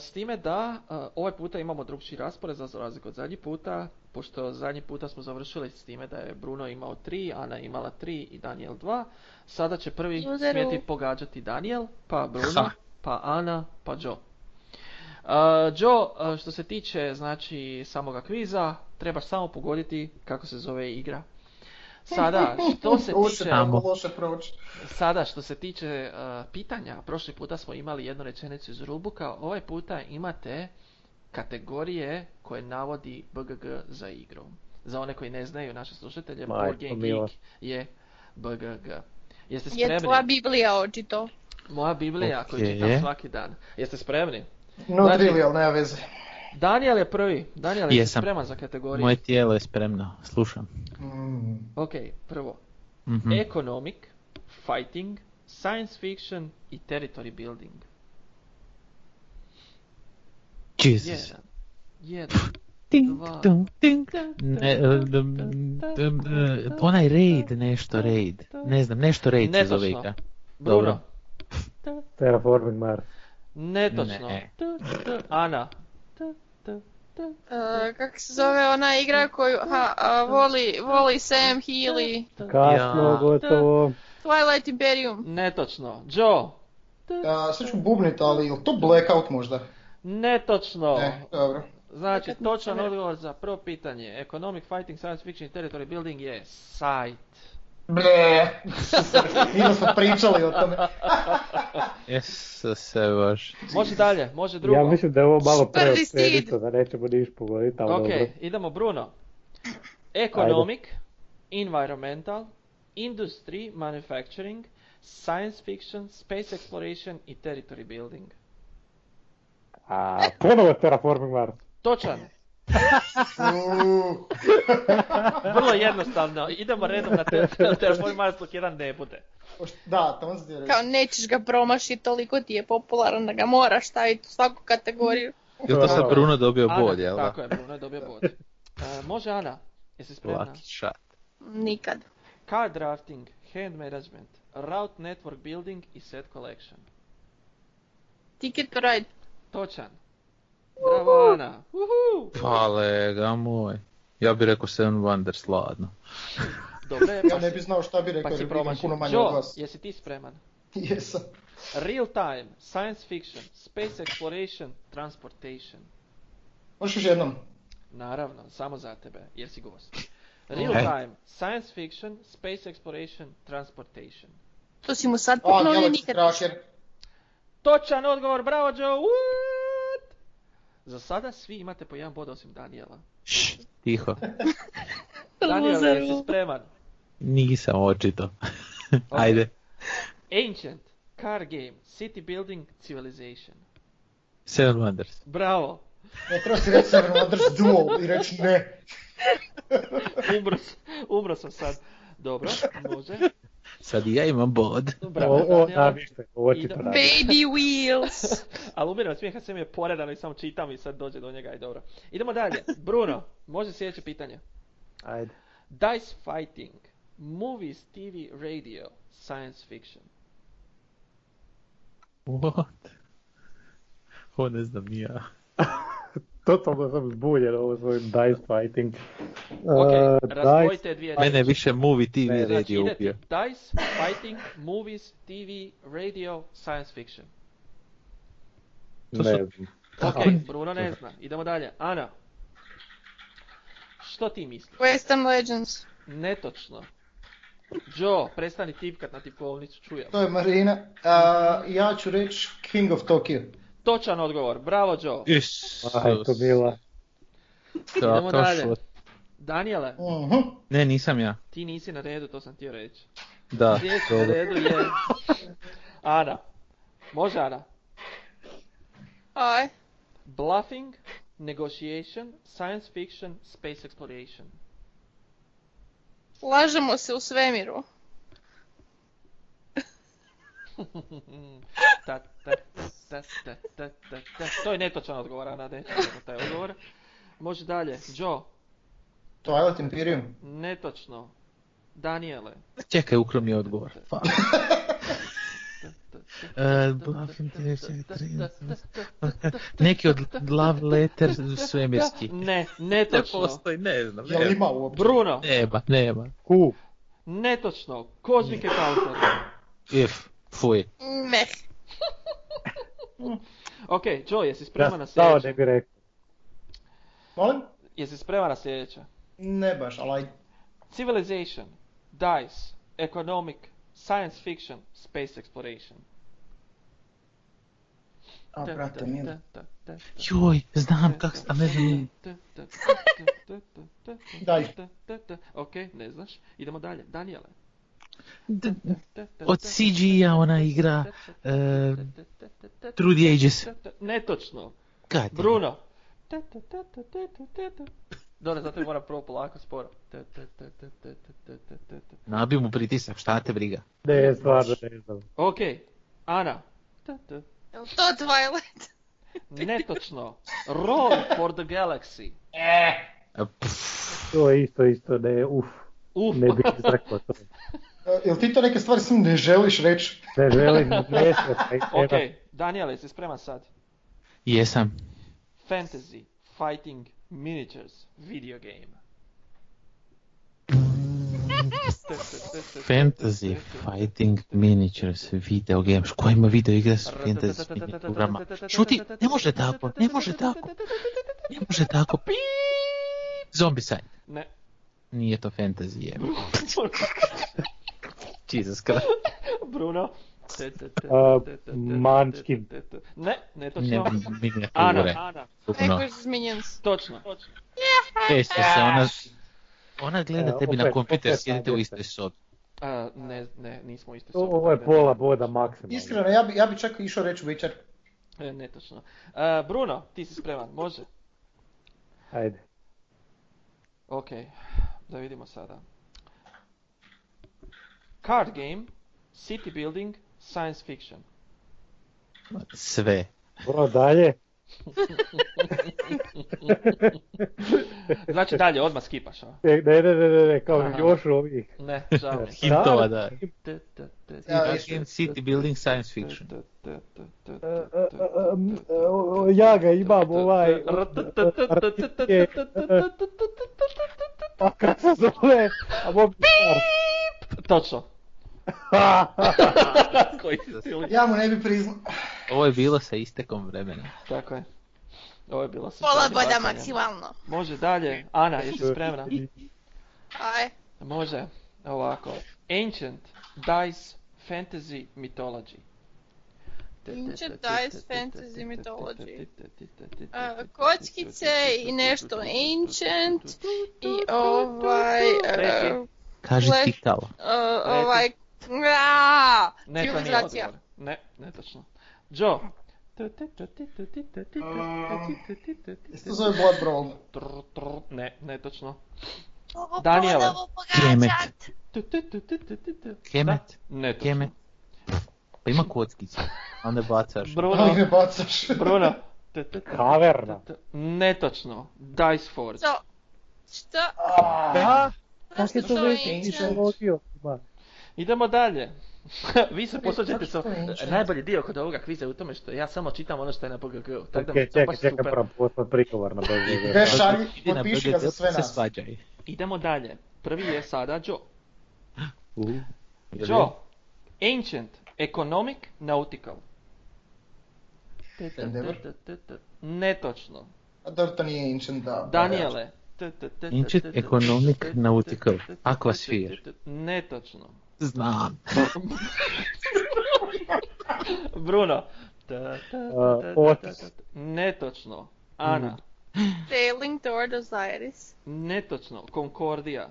S1: s time da e, ovaj puta imamo drugčiji raspored za razliku od zadnji puta, pošto zadnji puta smo završili s time da je Bruno imao 3, Ana je imala 3 i Daniel 2. Sada će prvi
S2: Uzeru.
S1: smjeti pogađati Daniel, pa Bruno,
S4: Ha.
S1: pa Ana, pa Joe. E, Joe, e, što se tiče znači samoga kviza, trebaš samo pogoditi kako se zove igra. Sada, što se
S3: Ovo
S1: tiče...
S4: tamo.
S3: tako loše proći.
S1: Sada što se tiče e, pitanja, prošli puta smo imali jednu rečenicu iz rulebooka, ovaj puta imate kategorije koje navodi BGG za igru. Za one koji ne znaju, naše slušatelje,
S5: Majko
S1: Board Game
S5: mila.
S1: Geek je BGG. Jeste
S2: Je
S1: spremni?
S2: tvoja Biblija očito.
S1: Moja Biblija koju
S4: Ok.
S1: čitam svaki dan. Jeste spremni?
S3: No
S1: Znači-
S3: trivial, nema veze.
S1: Daniel je prvi. Daniel, jesi
S4: Jesam.
S1: spreman za kategoriju?
S4: Moje tijelo je spremno, slušam.
S3: Mm.
S1: Ok, prvo.
S4: Mhm.
S1: E, Economic, fighting, science fiction i territory building.
S4: Jesus.
S1: Jedan. Jedan.
S4: Ting,
S1: dva,
S4: tung, ting.
S1: tung,
S4: Ne, e,
S1: tung,
S4: dum,
S1: tung, tung,
S4: dum, eh,
S1: tung,
S4: onaj
S1: tung,
S4: raid, nešto
S1: tung,
S4: raid.
S1: tung.
S4: Ne znam, nešto raid se
S1: Netočno.
S4: zove igra.
S1: Bruno.
S4: Dobro.
S5: Terraforming Mars.
S1: Netočno.
S4: Ne.
S1: Tu, tu. Ana. Tu, tu, tu.
S2: E, Kako se zove ona igra koju ha, a, voli, voli Sam Hill i
S5: Kasno,
S4: Ja.
S5: gotovo.
S2: Twilight Imperium.
S1: Netočno. Joe. Tu,
S3: A, sad ću bubnit, ali jel to blackout možda?
S1: Netočno.
S3: E, dobro.
S1: Znači,
S2: Nikad
S1: točan
S2: nisam-
S1: odgovor za prvo pitanje. Economic Fighting Science Fiction i Territory Building je site.
S3: Ble, mi smo pričali o tome.
S4: Jesuse se baš.
S1: Može dalje, može drugo.
S5: Ja mislim da je ovo malo
S2: Prvi
S5: preopćenito, da nećemo niš pogoditi, ali
S1: Ok,
S5: dobro.
S1: idemo Bruno. Economic, environmental, industry, manufacturing, science fiction, space exploration i territory building.
S5: A, ponovo Terraforming Mars.
S1: Točan,
S3: Uuu.
S1: vrlo jednostavno. Idemo redom na te- na telefon Mars dok jedan ne bude.
S3: Da, to vam se djeluje.
S2: Kao nećeš ga promašiti, toliko ti je popularan da ga moraš staviti u svaku kategoriju.
S4: Jel to sad Bruno dobio
S1: Ana,
S4: bod, jel da?
S1: Tako je, Bruno je dobio bod. E, može Ana, jesi spremna?
S4: Lucky shot.
S2: Nikad.
S1: Car drafting, hand management, route network building i set collection.
S2: Ticket to Ride.
S1: Točan. Bravo Ana. Uhu.
S4: Pale ga moj. Ja bih rekao Seven Wonders, ladno.
S1: Dobro je,
S3: Ja
S1: pa
S3: ne
S1: si-
S3: bi znao šta bi rekao,
S1: pa si
S3: jer bi
S1: promašio.
S3: puno manje od
S1: Joe,
S3: vas.
S1: jesi ti spreman?
S3: Jesam.
S1: Real time, science fiction, space exploration, transportation.
S3: Možeš još jednom.
S1: Naravno, samo za tebe, jer si gost. Real
S4: E.
S1: time, science fiction, space exploration, transportation.
S2: To si mu sad
S3: A,
S2: puknuo ili
S3: Galaxy
S2: nikad?
S3: Tracker.
S1: Točan odgovor, bravo Joe! What? Za sada svi imate po jedan bod osim Daniela.
S4: Šš, tiho.
S1: Daniel,
S2: Loser.
S1: jesi spreman?
S4: Nisam očito. Ajde.
S1: Ancient, car game, city building, civilization.
S4: Seven Wonders.
S1: Bravo!
S3: Ne, treba si reći Seven Wonders Duel i reći ne.
S1: Umro, s- umro sam sad. Dobro, može.
S4: Sad i ja imam bod.
S1: Bravo,
S5: O, o,
S1: Daniele.
S5: navište, očito
S1: Idemo.
S5: navište.
S2: Baby Wheels.
S1: Ali umiram od smijeha, sve mi je poredano i samo čitam i sad dođe do njega i dobro. Idemo dalje. Bruno, može sljedeće pitanje.
S5: Ajde.
S1: Dice fighting, movies, TV, radio, science fiction.
S4: What? O, ne znam ni ja.
S5: Totalno sam zbunjen ovo svojim dice fighting.
S1: Ok,
S5: E, dice,
S1: razdvojite dvije
S4: Mene više movie TV
S5: Ne,
S1: Znači,
S4: radio
S1: ide ti
S4: ubio.
S1: dice, fighting, movies, TV, radio, science fiction.
S4: To su-
S5: ne znam.
S1: Ok, Bruno ne zna. Idemo dalje. Ana. Što ti misliš?
S2: Western Legends.
S1: Netočno. Joe, prestani tipkat na tipkovnicu, čujem.
S3: To je Marina. A, ja ću reći King of Tokyo.
S1: Točan odgovor, bravo Joe.
S4: Isus.
S5: Aj, to bila.
S4: To-
S1: Idemo
S4: to
S1: dalje.
S4: šut.
S1: Daniele,
S3: Mhm.
S4: Ne, nisam ja.
S1: ti nisi na redu, to sam htio reći.
S4: Da,
S1: Sljedeći na
S4: dobro.
S1: redu je Ana. Može Ana?
S2: Aj.
S1: Bluffing, negotiation, science fiction, space exploration.
S2: Lažemo se u svemiru.
S1: Ta, ta, ta, ta, ta, ta, ta. To je netočan odgovor, Ana, netočan taj odgovor. Može dalje. Joe,
S3: Twilight Imperium.
S1: netočno. Daniele.
S4: Čekaj, ukro mi je odgovor. Fuck. E, Bluffing Theory, Neki od Love Letter svemirski.
S1: Ne,
S4: Ne
S1: netočno.
S4: postoji, ne znam.
S3: Jel
S4: Nema,
S3: ima uopće?
S1: Bruno,
S4: nema. nema.
S5: Ku.
S1: netočno. Cosmic Encounter.
S4: If, fuj.
S2: Meh.
S1: Ok, Joe, jesi
S5: Da,
S1: spreman na
S5: da, ne
S1: sljedeće?
S5: bi rekao.
S3: Molim?
S1: Jesi spreman na sljedeće?
S3: Ne baš, ali ajde.
S1: Civilization, Dice, Economic, Science Fiction, Space Exploration.
S3: A, brate, mili.
S4: Joj, znam kak sam, ne znam. ni-
S3: Dalje.
S1: Ok, ne znaš. Idemo dalje. Daniele.
S4: D- Od CG-a ona igra e, True the Ages.
S1: Netočno.
S4: Kad? je?
S1: Bruno. Dobro, zato mora prvo polako sporo.
S4: Nabij mu pritisak, šta te briga.
S5: Ne, stvarno ne znam.
S1: Ok, Ana.
S2: Jel to Twilight?
S1: Netočno. Roll for the Galaxy.
S4: E, pff,
S5: To je isto, isto, ne, uf.
S1: Uf.
S5: Ne bih izrekao to.
S3: E, Jel ti to neke stvari sam ne želiš reći?
S5: Ne želim, ne sretaj.
S1: Ok, Daniele, jesi spreman sad?
S4: Jesam.
S1: Fantasy, fighting, miniatures, video game.
S4: Fantasy Fighting Miniatures video game. Ško ima video igra s fantasy miniaturama? Šuti, ne može tako, ne može tako, ne može tako. Zombicide.
S1: Ne.
S4: Nije to fantasy, je. Jesus Christ.
S1: Bruno.
S5: A, Munchkin.
S1: Ne, ne
S4: Ne,
S1: točno. Ana,
S4: miniature.
S1: Ana,
S4: Ukupno.
S2: Rekao je za Minions.
S1: točno. točno.
S4: Tešće se, ona... Ona gleda
S3: E,
S5: Evo,
S4: tebi na
S5: opet,
S4: kompjuter,
S5: opet
S4: sjedite u
S5: sam
S4: istoj sobi.
S1: A, E, ne, ne, nismo E, isto.
S5: Ovo je pola boda maksimalno.
S3: Iskreno, ja bi, ja bi čak išao reći Witcher.
S1: Netočno. A, E, Bruno, ti si spreman, može.
S5: Ajde.
S1: Ok, da vidimo sada. Card game, city building, science fiction.
S4: Sve.
S5: Bro, Ono dalje.
S1: Znači dalje, odmah skipaš, a?
S5: E, Ne, ne, ne, ne, ne, kao
S1: Aha.
S5: još ovih.
S1: Ne, žao.
S4: Hintova da.
S1: Te, te, te, te,
S3: Ja,
S4: Dark Game City Building Science Fiction.
S1: te, te, te, te,
S5: E,
S1: te,
S5: e,
S1: te,
S5: e, m,
S1: te,
S5: e, o, ja ga imam, ovaj,
S1: te, te, te, te, te, te, te, te, te, te, te, te,
S5: a kak se zove? A Bob
S1: te. Točno. Koji si stil?
S3: Ja mu ne bi priznao.
S4: Ovo je bilo sa istekom vremena.
S1: Tako je. Ovo je bilo sve.
S2: Pola boda maksimalno.
S1: Može dalje. Ana, jesi spremna?
S2: Aj.
S1: Može. Ovako. Ancient, Dice, Fantasy, Mythology.
S2: Ancient Dice, Fantasy, Mythology. E, kockice i nešto Ancient I ovaj...
S1: Reci.
S2: e,
S4: Kaži
S2: Flash.
S4: tikalo.
S2: e, ovaj... Aaa,
S1: Ne, to nije
S2: civilizacija.
S1: odgovor. Ne, netočno. Joe.
S3: Jesi to zove Blood Brawl?
S1: Tr, tr, Ne, netočno.
S2: Ovo
S1: Daniele.
S2: ponovo
S4: Kemet.
S2: pogađat.
S4: Kemet.
S1: Da, Netočno.
S4: Kemet. Pa ima kockice. Onda bacaš.
S3: Ali
S1: Bruno.
S3: me bacaš.
S1: Bruno.
S5: Kaverna.
S1: Netočno. Dice Forge.
S2: Co? Šta?
S5: Da?
S2: Zašto
S5: Kak je to
S2: to
S5: već
S2: Ancient?
S5: ideologiju? Ma,
S1: Idemo dalje. Vi se posvađate sa...
S3: Zašto je ancient?
S1: Najbolji dio kod ovoga kviza je u tome što ja samo čitam ono što je na BGG-u. Tako da mi je
S5: Čekaj,
S1: to
S5: čekaj,
S1: baš
S5: čekaj,
S1: super.
S5: moram poslat prigovor na BGG.
S3: Ne e, šalji,
S4: Idi na
S3: potpiši ga za
S4: BGG,
S3: sve
S4: se
S3: nas.
S4: svađaj.
S1: Idemo dalje. Prvi je sada Joe.
S4: U, jel
S1: Joe. Ancient. Economic. Nautical.
S3: Endeavor?
S1: Netočno.
S3: A Dobro, to nije Ancient, da.
S1: Daniele.
S4: Ancient Economic Nautical. Aquasphere.
S1: Netočno.
S4: je? Znam.
S1: Bruno.
S5: Otis. Mhm.
S1: Netočno. Ana.
S2: Sailing toward Osiris.
S1: Netočno. Concordia.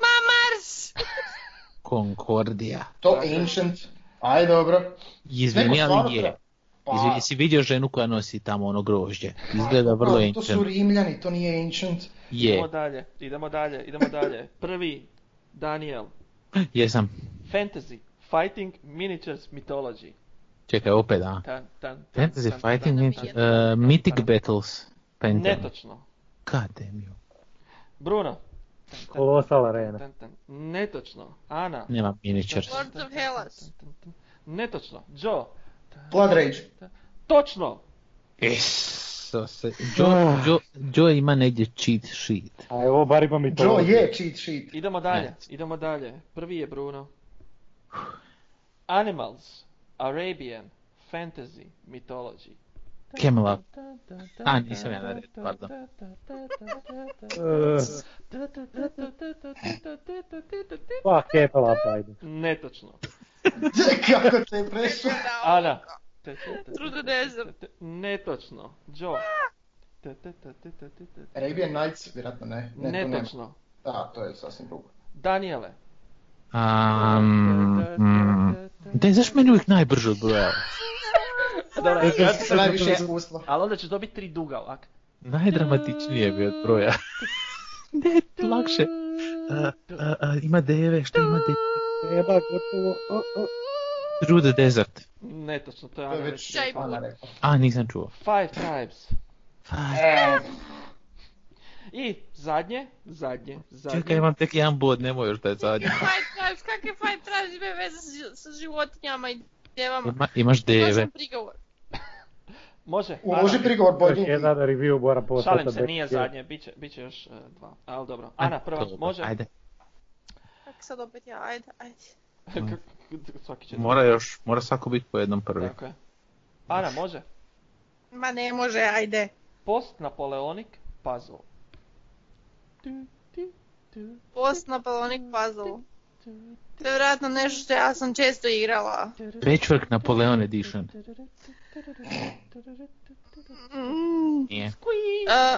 S2: Ma Mars!
S4: Concordia.
S3: To Ancient. Aj, dobro.
S4: Izvini,
S3: Neko stvarno
S4: ali je.
S3: treba. Pa.
S4: Izvi- Jesi vidio ženu koja nosi tamo ono grožđe? Izgleda vrlo
S3: Pa, To su
S4: ancient.
S3: rimljani, to nije ancient.
S4: Je,
S1: Idemo dalje, idemo dalje, idemo dalje. Prvi, Daniel,
S4: jesam.
S1: Fantasy, Fighting Miniatures Mythology.
S4: Čekaj, opet, a.
S1: Tan, tan, tan,
S4: Fantasy
S1: tan, tan,
S4: Fighting Ninja,
S1: tan,
S2: Myth-
S1: tan,
S4: uh,
S1: tan,
S4: Mythic
S1: tan.
S4: Battles. Pentagon.
S1: Netočno.
S4: God damn you.
S1: Bruno.
S5: Kolosal arena.
S1: Tan, tan. Netočno. Ana.
S4: Nema miniatures.
S2: Lords of Hellas.
S1: Netočno. Joe.
S3: Blood Rage.
S1: Točno.
S4: Isuse. Joe, Joe, Joe ima negdje cheat sheet.
S5: A evo, bar imam i to.
S3: Joe je cheat sheet.
S1: Idemo dalje,
S4: Ne.
S1: idemo dalje. Prvi je Bruno. Animals, Arabian, Fantasy, Mythology.
S4: Camelot. A, nisam ja na redu, pardon.
S5: E, pa, kepela, pa ajde.
S1: Netočno.
S3: Kako te je prešao?
S1: Ana.
S2: Through the desert.
S1: Netočno. Joe.
S3: Arabian Nights, vjerojatno ne. ne to nema.
S1: Netočno.
S3: Da, to je sasvim drugo.
S1: Daniele.
S4: Um, mm, daj, zašto meni uvijek najbrže odbrojava?
S1: Dobro, ja ti
S3: Sa
S1: sad-
S3: najviše iskustva.
S1: ali onda ćeš dobiti tri duga ovak.
S4: Najdramatičnije bi odbroja. ne, lakše. A, a, a, ima deve, što ima deve?
S5: Treba gotovo... o, o.
S4: Through the desert.
S1: Netočno, to je
S3: To je
S1: Ana
S3: već
S1: rekla.
S2: Shape.
S3: Ana rekla.
S4: A, nisam čuo.
S1: Five Tribes.
S4: Faj,
S3: E,
S1: I zadnje, zadnje, zadnje.
S4: Čekaj, imam tek jedan bod, nemoj još da je zadnji.
S2: Fight Tribes, kakve Fight Tribes imaju veze sa ži- sa životinjama i devama?
S4: Ima, imaš deve.
S2: Važan prigovor.
S1: Može,
S3: uloži
S1: Ana.
S3: prigovor
S5: Još
S3: bolji.
S5: jedan review moram poslati.
S1: Šalim se,
S5: da-
S1: nije zadnje, bit će, bit će još e, dva. Ali dobro, Ana prva,
S4: Dobro,
S1: može?
S4: Ajde.
S2: Kako sad opet ja, ajde, ajde.
S1: Kako- Svaki će
S4: Mora još, mora svako biti po jednom prvi.
S1: Tako je. Ana, može?
S2: Ma ne može, ajde.
S1: Post-napoleonik puzzle. Tu, tu, tu,
S2: Post na Palonik puzzle. To je vjerojatno nešto što ja sam često igrala.
S4: Patchwork Napoleon Edition.
S2: Mm,
S4: Nije.
S2: a,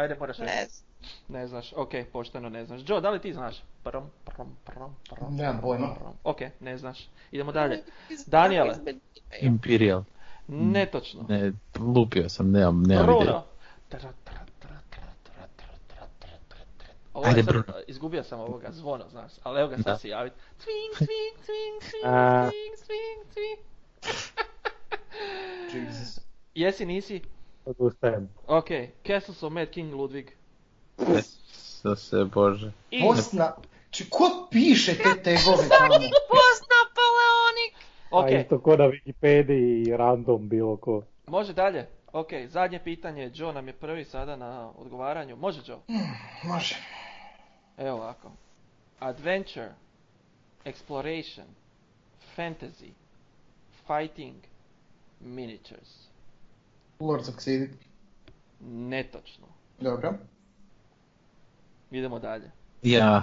S1: Ajde, moraš reći.
S2: ne znam.
S1: Ne znaš, ok, pošteno ne znaš. Joe, da li ti znaš? Prom, prom, prom, prom.
S3: Nemam pojma.
S1: prom. Ok, ne znaš. Idemo dalje.
S2: Iz-
S1: Daniele.
S2: kako izbe-
S4: Imperial.
S1: Netočno.
S4: Ne, lupio sam, nemam, nemam ideju.
S1: Bruno. Tra, tra, tra, tra, tra, tra, tra, tra, tra, tra. Ovo je
S4: Ajde,
S1: sad,
S4: Bruno.
S1: e, izgubio sam ovoga zvono, znaš, ali evo ga
S4: Da.
S1: sad se javit. Twing, twing, twing, twing,
S5: A.
S1: twing, twing, twing.
S3: Jesus.
S1: Jesi, nisi?
S5: Odustajem.
S1: Ok, Castles of Mad King Ludwig.
S4: Da se, bože.
S1: I
S3: Bosna... Či, ko piše te tegove tamo?
S2: Post na Paleonik!
S1: Ok,
S5: A isto ko na Wikipediji i random bilo ko.
S1: može dalje. Ok, zadnje pitanje, Joe nam je prvi sada na odgovaranju. Može Joe?
S3: Može.
S1: Evo ovako. Adventure, exploration, fantasy, fighting, miniatures.
S3: Lords of Xidi.
S1: Netočno.
S3: Dobro.
S1: Idemo dalje.
S4: Ja,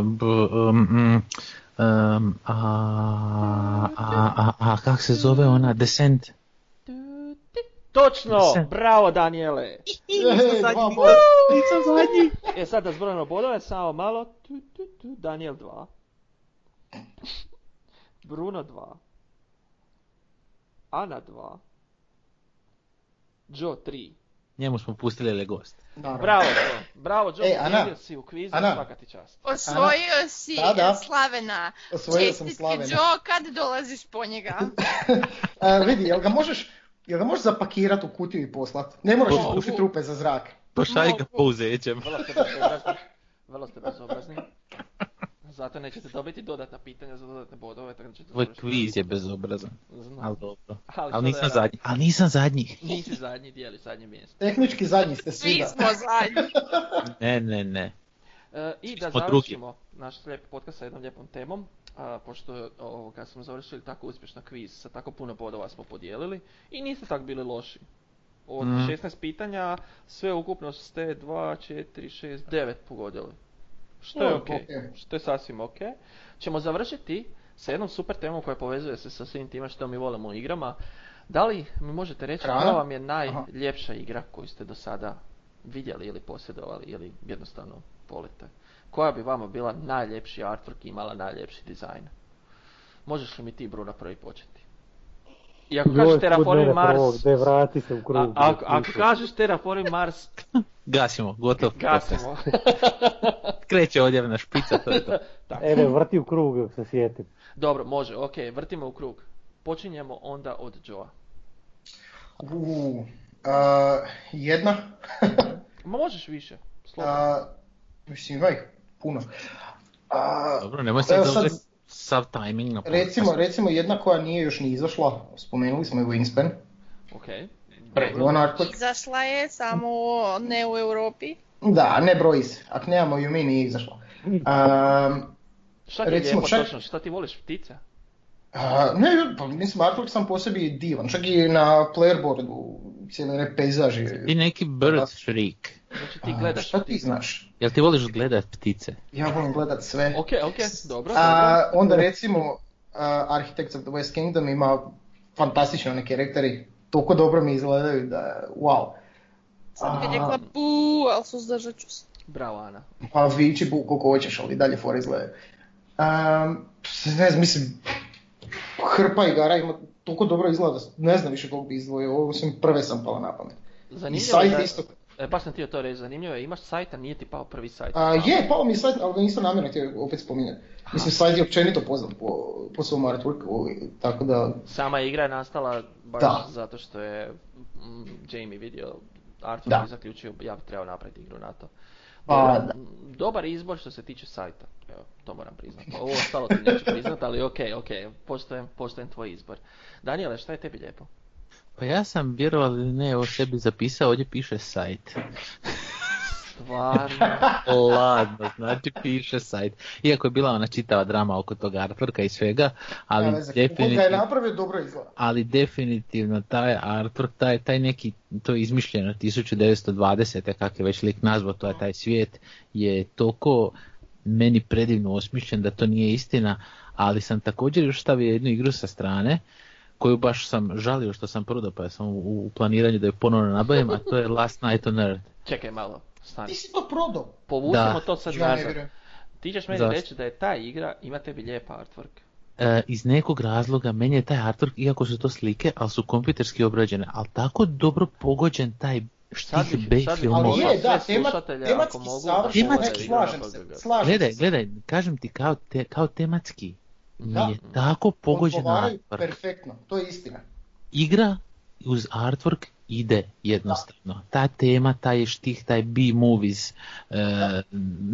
S4: um, b, um, mm, um, a, a, a, a, kak se zove ona? Descent?
S1: Točno!
S4: Sam.
S1: Bravo Daniele!
S3: Ej, dva boda.
S4: Nisam zadnji.
S1: E sad da zbrojimo bodove, samo malo. Tu, tu, tu. Daniel 2. Bruno 2. Ana 2. Joe 3.
S4: Njemu smo pustili Legost.
S3: Naravno.
S1: Bravo Joe! Bravo Joe,
S3: E, Ana.
S1: pobijedio si u kvizu,
S3: Ana.
S1: svaka ti čast.
S2: Osvojio si eh,
S3: Da, da.
S2: Slavena.
S3: Osvojio sam
S2: Čestitke,
S3: Slavena.
S2: Joe, kad dolaziš po njega?
S3: A, E, vidi, jel ga možeš, jel ga možeš zapakirat u kutiju i poslat? Ne moraš
S1: Mogu.
S3: ispušiti rupe za zrak.
S4: Pošalj Pa ga pouzećem.
S1: Vrlo ste bezobrazni. Vrlo ste bezobrazni. Zato nećete dobiti dodatna pitanja za dodatne bodove, tako da ćete
S4: Tvoj
S1: završiti.
S4: kviz je bezobrazan,
S1: Znam.
S4: ali dobro.
S1: Ali što
S4: Ali
S1: da
S4: nisam
S1: je,
S4: zadnji, ali nisam zadnji.
S1: Nisi zadnji dijeli, zadnje mjesto.
S3: Tehnički zadnji ste svi
S2: Svi
S3: da.
S2: smo zadnji.
S4: Ne, ne, ne.
S1: E, I da
S4: Smo
S1: završimo naš lijepi podcast sa jednom lijepom temom, a, pošto ovoga, smo završili tako uspješno kviz, sa tako puno bodova smo podijelili i niste tako bili loši. Od
S4: Mm.
S1: 16 pitanja, sve ukupno ste 2, 4, 6, 9 pogodili. Što je
S3: Mm,
S1: ok,
S3: ok.
S1: što je sasvim ok. Ćemo završiti sa jednom super temom koja povezuje se sa svim time što mi volimo u igrama. Da li mi možete reći
S3: Hrana?
S1: koja vam je najljepša igra koju ste do sada vidjeli ili posjedovali ili jednostavno volite? Koja bi vama bila najljepši artwork i imala najljepši dizajn? Možeš li mi ti Bruno prvi početi? I ako kažeš
S5: Joj,
S1: Terraforming
S5: kod mene
S1: Mars,
S5: prvog, De, vrati se u
S1: a,
S5: krug.
S1: ako, ako kažeš Terraforming Mars,
S4: Gasimo, gotov. podcast.
S1: gasimo.
S4: Kreće odjavna špica, to je to.
S1: Tako.
S5: Eve, vrti u krug, ako se sjetim.
S1: Dobro, može, ok, vrtimo u krug. Počinjemo onda od Joa.
S3: Uh, jedna.
S1: Ma možeš više, slobodno.
S3: A, mislim, ima ih puno. A,
S4: Dobro, nemoj sad
S3: Evo sad-
S4: zauzeti sav timing na podcast.
S3: recimo, recimo jedna koja nije još ni izašla, spomenuli smo je Wingspan.
S1: Ok.
S3: Prvi onako,
S2: Izašla je samo ne u Europi.
S3: da, ne broji se. Ako nemamo ju mi nije izašla.
S1: Mm.
S3: Um,
S1: Šta ti je
S3: Recimo,
S1: lijepo
S3: čak-
S1: točno, šta ti voliš ptice?
S3: A, ne, pa mislim, artwork sam po sebi je divan, čak i na playerboardu, cijeli onaj pejzaž je...
S4: Ti neki bird freak.
S1: Znači ti
S3: A,
S1: gledaš
S3: Šta ti
S1: ptice.
S3: znaš?
S4: Jel ti voliš gledat ptice?
S3: Ja volim gledat sve.
S1: Ok, ok, dobro,
S3: A,
S1: dobro.
S3: onda recimo, a, Architects of the West Kingdom ima fantastične one karakteri, toliko dobro mi izgledaju da, wow.
S2: Sad bih
S3: A.
S2: rekla bu, ali suzdržat ću se.
S1: Bravo Ana.
S3: Pa viči bu koliko hoćeš, ali dalje fore izgledaju. Um, ne znam, mislim, hrpa igara ima toliko dobro izgleda, da ne znam više koliko bi izdvojio, ovo sam prve sam pala na pamet. I
S1: Zanimljivo je
S3: sajt
S1: da-
S3: isto
S1: E, baš sam ti to reći, zanimljivo je, imaš sajta, nije ti pao prvi sajt.
S3: A, je, pao mi je sajt, ali ga nisam namjerno htio opet spominjati. Mislim, sajt je općenito poznat po, po svom artworku, tako da...
S1: Sama igra je nastala baš
S3: Da.
S1: zato što je mm, Jamie vidio Arthur
S3: Da.
S1: i zaključio ja bi trebao napraviti igru na to.
S3: Pa,
S1: Dobar, dobar izbor što se tiče sajta, evo, to moram priznati. Ovo ostalo ti neću priznati, ali ok, ok, poštujem, poštujem tvoj izbor. Daniele, šta je tebi lijepo?
S4: Pa ja sam vjerovali ili ne o sebi zapisao, ovdje piše sajt.
S1: Stvarno,
S4: Ladno, znači piše sajt. Iako je bila ona čitava drama oko tog artworka i svega, ali
S3: nema veze, koliko ga je
S4: definitivno...
S3: napravio, dobro izgleda.
S4: ali definitivno taj artwork, taj, taj neki, to je izmišljeno 1920. kak je već lik nazvao to, taj svijet je toliko meni predivno osmišljen da to nije istina, ali sam također još stavio jednu igru sa strane koju baš sam žalio što sam prodao pa sam u, u planiranju da ju ponovno nabavim, a to je Last Night on Earth.
S1: čekaj malo, stani.
S3: Ti si to prodao.
S1: Povucimo
S4: Da.
S1: to sad
S3: Ja ne
S1: nazad.
S3: vjerujem.
S1: Ti ćeš meni
S4: Zašto?
S1: reći da je ta igra, ima tebi lijep artwork.
S4: E, iz nekog razloga meni je taj artwork, iako su to slike, ali su kompjuterski obrađene, ali tako dobro pogođen taj
S1: Sad
S4: štih
S1: bih,
S4: B
S1: sad bih
S4: filmova.
S3: Ali
S1: molio
S3: je, da,
S1: sve
S3: tema-
S1: slušatelje, ako
S3: tematski
S1: mogu, da
S3: savršen,
S1: pogledaju
S4: ne,
S3: slažem
S1: igru
S3: se,
S1: na PGG.
S3: slažem
S4: Gledaj,
S3: se.
S4: gledaj, kažem ti kao, te, kao tematski mi
S3: Da.
S4: je tako pogođen
S3: Odgovaraju
S4: artwork.
S3: perfektno, to je istina.
S4: Igra uz artwork ide jednostavno. Ta tema, taj štih, taj B-movies, e,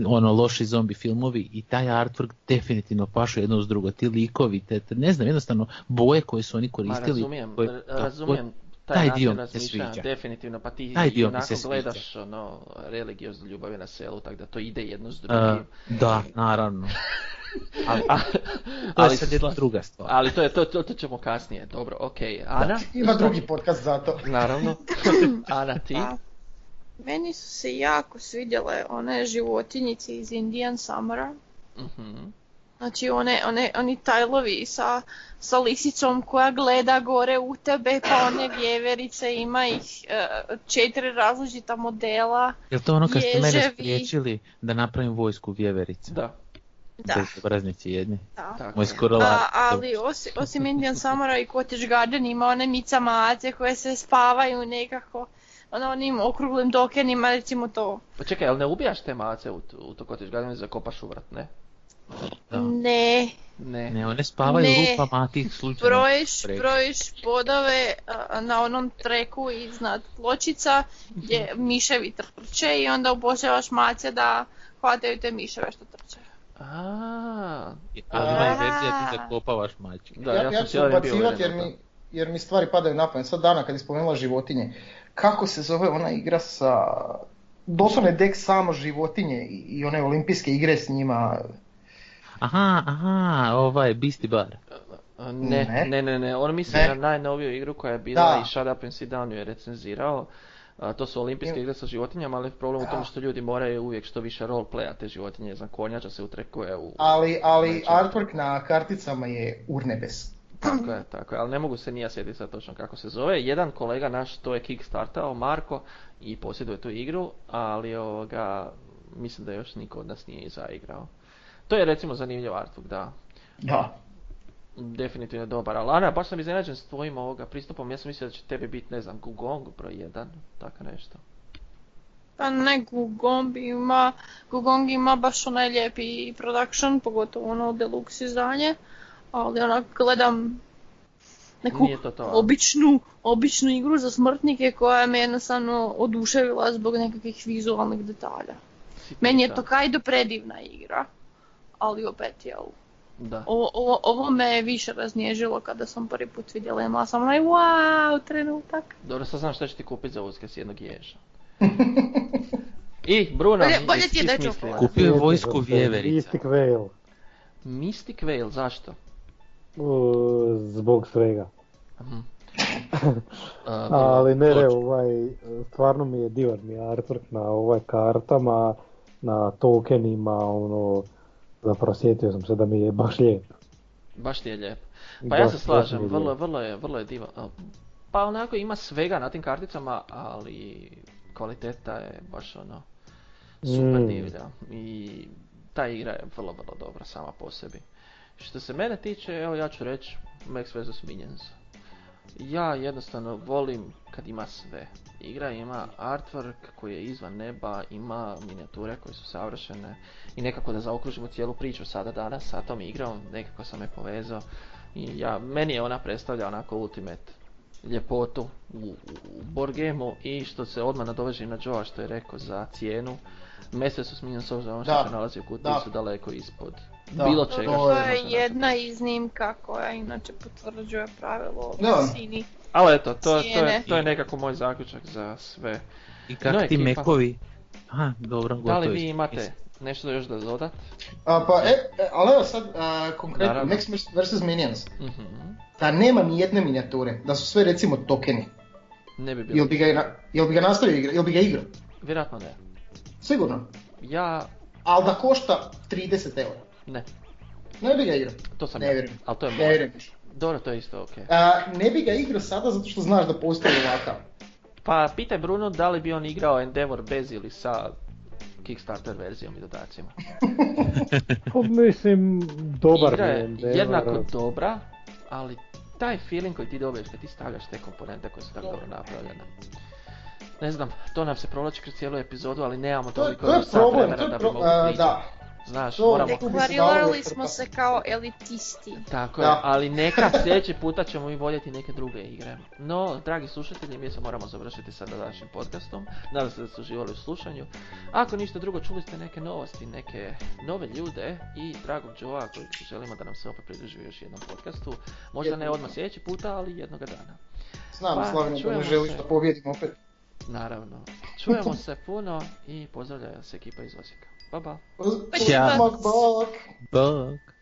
S4: ono loši zombi filmovi i taj artwork definitivno pašu jedno uz drugo. Ti likovi, te, te- ne znam, jednostavno boje koje su oni
S1: Ma
S4: koristili.
S1: razumijem,
S4: koje-
S1: r- razumijem taj,
S4: taj
S1: način
S4: dio mi se
S1: razmišljanja,
S4: sviđa.
S1: definitivno, pa ti
S4: Taj dio mi
S1: onako
S4: se sviđa.
S1: gledaš ono, religioznu ljubav na selu, tako da to ide jedno s drugim.
S4: E, da, naravno. Ali, to je
S1: ali-
S4: sad jedna druga stvar.
S1: Ali to, je, to, to, to ćemo kasnije, dobro, ok. Ana?
S3: Ima
S1: Šta-
S3: drugi podcast za to.
S1: Naravno. Ana, ti?
S2: Pa, meni su se jako svidjele one životinjice iz Indian Summera.
S1: Mhm.
S2: Znači one, one, oni tajlovi sa, sa lisicom koja gleda gore u tebe, pa one vjeverice, ima ih e, četiri različita modela.
S4: Jel to ono kad ste mene
S2: Ježevi.
S4: spriječili da napravim vojsku vjeverica?
S1: Da,
S2: Da,
S4: Bezobraznici jedni.
S2: da.
S1: tako.
S4: Moj
S1: je.
S4: skoro
S2: A,
S4: lak.
S2: ali osim, osim Indian Samara i Cottage Garden ima one micamace koje se spavaju nekako ono, onim okruglim dokenima recimo to.
S1: Pa čekaj, jel ne ubijaš te mace u, u to kotiš gadinu i zakopaš u vrat, ne?
S4: Da.
S2: Ne,
S1: Ne.
S4: Ne, one spavaju
S2: Ne.
S4: u rupama tih slučajno.
S2: brojiš,
S4: Preko.
S2: brojiš bodove a, na onom treku iznad pločica gdje
S1: Mhm.
S2: miševi trče i onda obožavaš mace da hvataju te miševe što trče.
S1: A,
S4: Ovdje je verzija
S2: A.
S4: ti zakopavaš mačke.
S1: da,
S3: ja,
S1: ja,
S3: ja
S1: sam
S3: ću se
S1: cijeli dan bio
S3: ubacivati jer
S1: uvjeren u to.
S3: mi, jer mi stvari padaju na pamet. Sad dana kad je spomenula životinje, kako se zove ona igra sa... Doslovno je dek samo životinje i- i one olimpijske igre s njima.
S4: Aha, aha, ovaj, Beastie Bar.
S1: Ne,
S3: Ne.
S1: ne, ne, ne, on misli
S3: Ne.
S1: na najnoviju igru koja je bila
S3: Da.
S1: i Shut Up and Sit Down ju je recenzirao. A, to su olimpijske
S3: Im-
S1: igre sa životinjama, ali problem u
S3: Da.
S1: tome što ljudi moraju uvijek što više roleplaya te životinje, znam, konjača se utrekuje u...
S3: Ali, ali
S1: Znači.
S3: artwork na karticama je urnebes.
S1: Tako je, tako je, ali ne mogu se ni ja sjetiti sad točno kako se zove. Jedan kolega naš to je kickstartao, Marko, i posjeduje tu igru, ali ovoga, mislim da još niko od nas nije zaigrao. To je recimo zanimljiv artwork, da.
S3: Da.
S1: definitivno dobar. Ali Ana, baš sam iznenađen s tvojim ovoga pristupom. Ja sam mislio da će tebi biti, ne znam, Gugong broj 1, tako nešto.
S2: Pa ne, Gugong ima, Gugong ima baš onaj lijepi production, pogotovo ono deluxe izdanje. Ali onak gledam neku
S1: Nije to to. ali-
S2: običnu, običnu igru za smrtnike koja me jednostavno oduševila zbog nekakvih vizualnih detalja.
S1: sitnica.
S2: Meni je to Kaido predivna igra, ali opet je ovo.
S1: Da.
S2: Ovo, ovo, ovo me je više raznježilo kada sam prvi put vidjela, imala sam onaj wow trenutak.
S1: Dobro, sad znam šta će ti kupiti za uskrs jednog ježa. I, Bruno,
S2: Bolje- bolje
S1: jesi
S2: ti je da ću
S1: smislio?
S2: oprostiti.
S4: Kupio je vojsku vjeverica.
S5: Mystic Veil.
S1: Mystic Veil, zašto?
S5: Uh, zbog svega.
S1: Mhm.
S5: Ali ne, ne,
S1: Točno.
S5: ovaj, stvarno mi je divan mi je artwork na ovaj kartama, na tokenima, ono, zapravo sjetio sam se da mi je baš lijep.
S1: Baš ti je lijep. Pa ja
S5: Baš,
S1: se
S5: baš
S1: slažem,
S5: mi je
S1: vrlo,
S5: lijep.
S1: vrlo je, vrlo je divan. A, Pa onako ima svega na tim karticama, ali kvaliteta je baš ono super
S5: Mm.
S1: divlja. I ta igra je vrlo, vrlo dobra sama po sebi. Što se mene tiče, evo ja ću reći Max vs. Minions. Ja jednostavno volim kad ima sve. Igra ima artwork koji je izvan neba, ima minijature koje su savršene i nekako da zaokružimo cijelu priču sada danas sa tom igrom, nekako sam je povezao i ja, meni je ona predstavlja onako ultimate ljepotu u, u, u board gameu i što se odmah nadovežem na Joa što je rekao za cijenu, mese su smijenjen s obzirom na ono što
S3: Da.
S1: se nalazi u kutiji
S3: Da.
S1: su daleko ispod
S3: Da.
S1: bilo
S3: To
S1: čega.
S3: je
S1: što
S2: To
S1: se može
S2: je
S1: naći.
S2: jedna iznimka koja inače potvrđuje pravilo
S3: Da.
S2: o visini.
S1: Ali eto, to, to, je,
S2: Cijene.
S1: to je nekako moj zaključak za sve.
S4: I kak
S1: No,
S4: ti
S1: ekipa.
S4: mekovi? Aha, dobro, gotovi.
S1: Da li vi
S4: smo.
S1: imate
S4: Mislim,
S1: nešto još da dodat?
S3: A, pa, e, e, ali evo sad, a, konkretno,
S1: Naravno.
S3: Max vs. Minions.
S1: Mhm.
S3: Da nema ni jedne minijature, da su sve recimo tokeni.
S1: Ne bi bilo.
S3: Jel bi ga, i na- jel bi ga nastavio igra, jel bi ga igrao?
S1: Vjerojatno ne.
S3: Sigurno.
S1: Ja
S3: Ali da košta 30 eura.
S1: ne.
S3: Ne bi ga igrao.
S1: To sam
S3: Ne
S1: ja.
S3: vjerujem.
S1: Ali Pa to je
S3: Ne
S1: moje.
S3: vjerujem.
S1: Dobro, to je isto ok.
S3: A, ne bi ga igrao sada zato što znaš da postoji ovakav.
S1: Pa pitaj Bruno da li bi on igrao Endeavor bez ili sa Kickstarter verzijom i dodacima.
S5: Pa, Mislim, dobar
S1: Igra
S5: mi
S1: je
S5: je. ne,
S1: jednako
S5: ono,
S1: dobra, ali taj feeling koji ti dobiješ kad ti stavljaš te komponente koje su tako dobro napravljene. Ne znam, to nam se provlači kroz cijelu epizodu, ali nemamo
S3: To, je-
S1: toliko
S3: to je
S1: sat
S3: problem,
S1: vremena
S3: to je
S1: da bi
S3: pro-
S1: mogli
S3: a,
S1: pričati.
S3: da.
S1: Znaš,
S3: To-
S1: moramo...
S3: Tako bi se dalo
S2: Deklarirali smo
S3: istrpati.
S2: se kao elitisti.
S1: Tako
S3: Da.
S1: je, ali neka sljedeći puta ćemo i voljeti neke druge igre. No, dragi slušatelji, mi se moramo završiti sa današnjim podcastom. Nadam se da ste uživali u slušanju. Ako ništa drugo, čuli ste neke novosti, neke nove ljude i dragog Joa kojeg želimo da nam se opet pridruži u još jednom podcastu. Možda ne odmah sljedeći puta, ali jednoga dana.
S3: Znam,
S1: Pa,
S3: Slavine, da
S1: čujemo
S3: ne želiš
S1: se.
S3: da pobijedim opet.
S1: Naravno. Čujemo se puno i pozdravlja se ekipa iz Osijeka. Pa ba.
S3: Uz-
S2: Pa
S3: uz-
S4: ćao.
S3: bok, bok.
S4: Bog.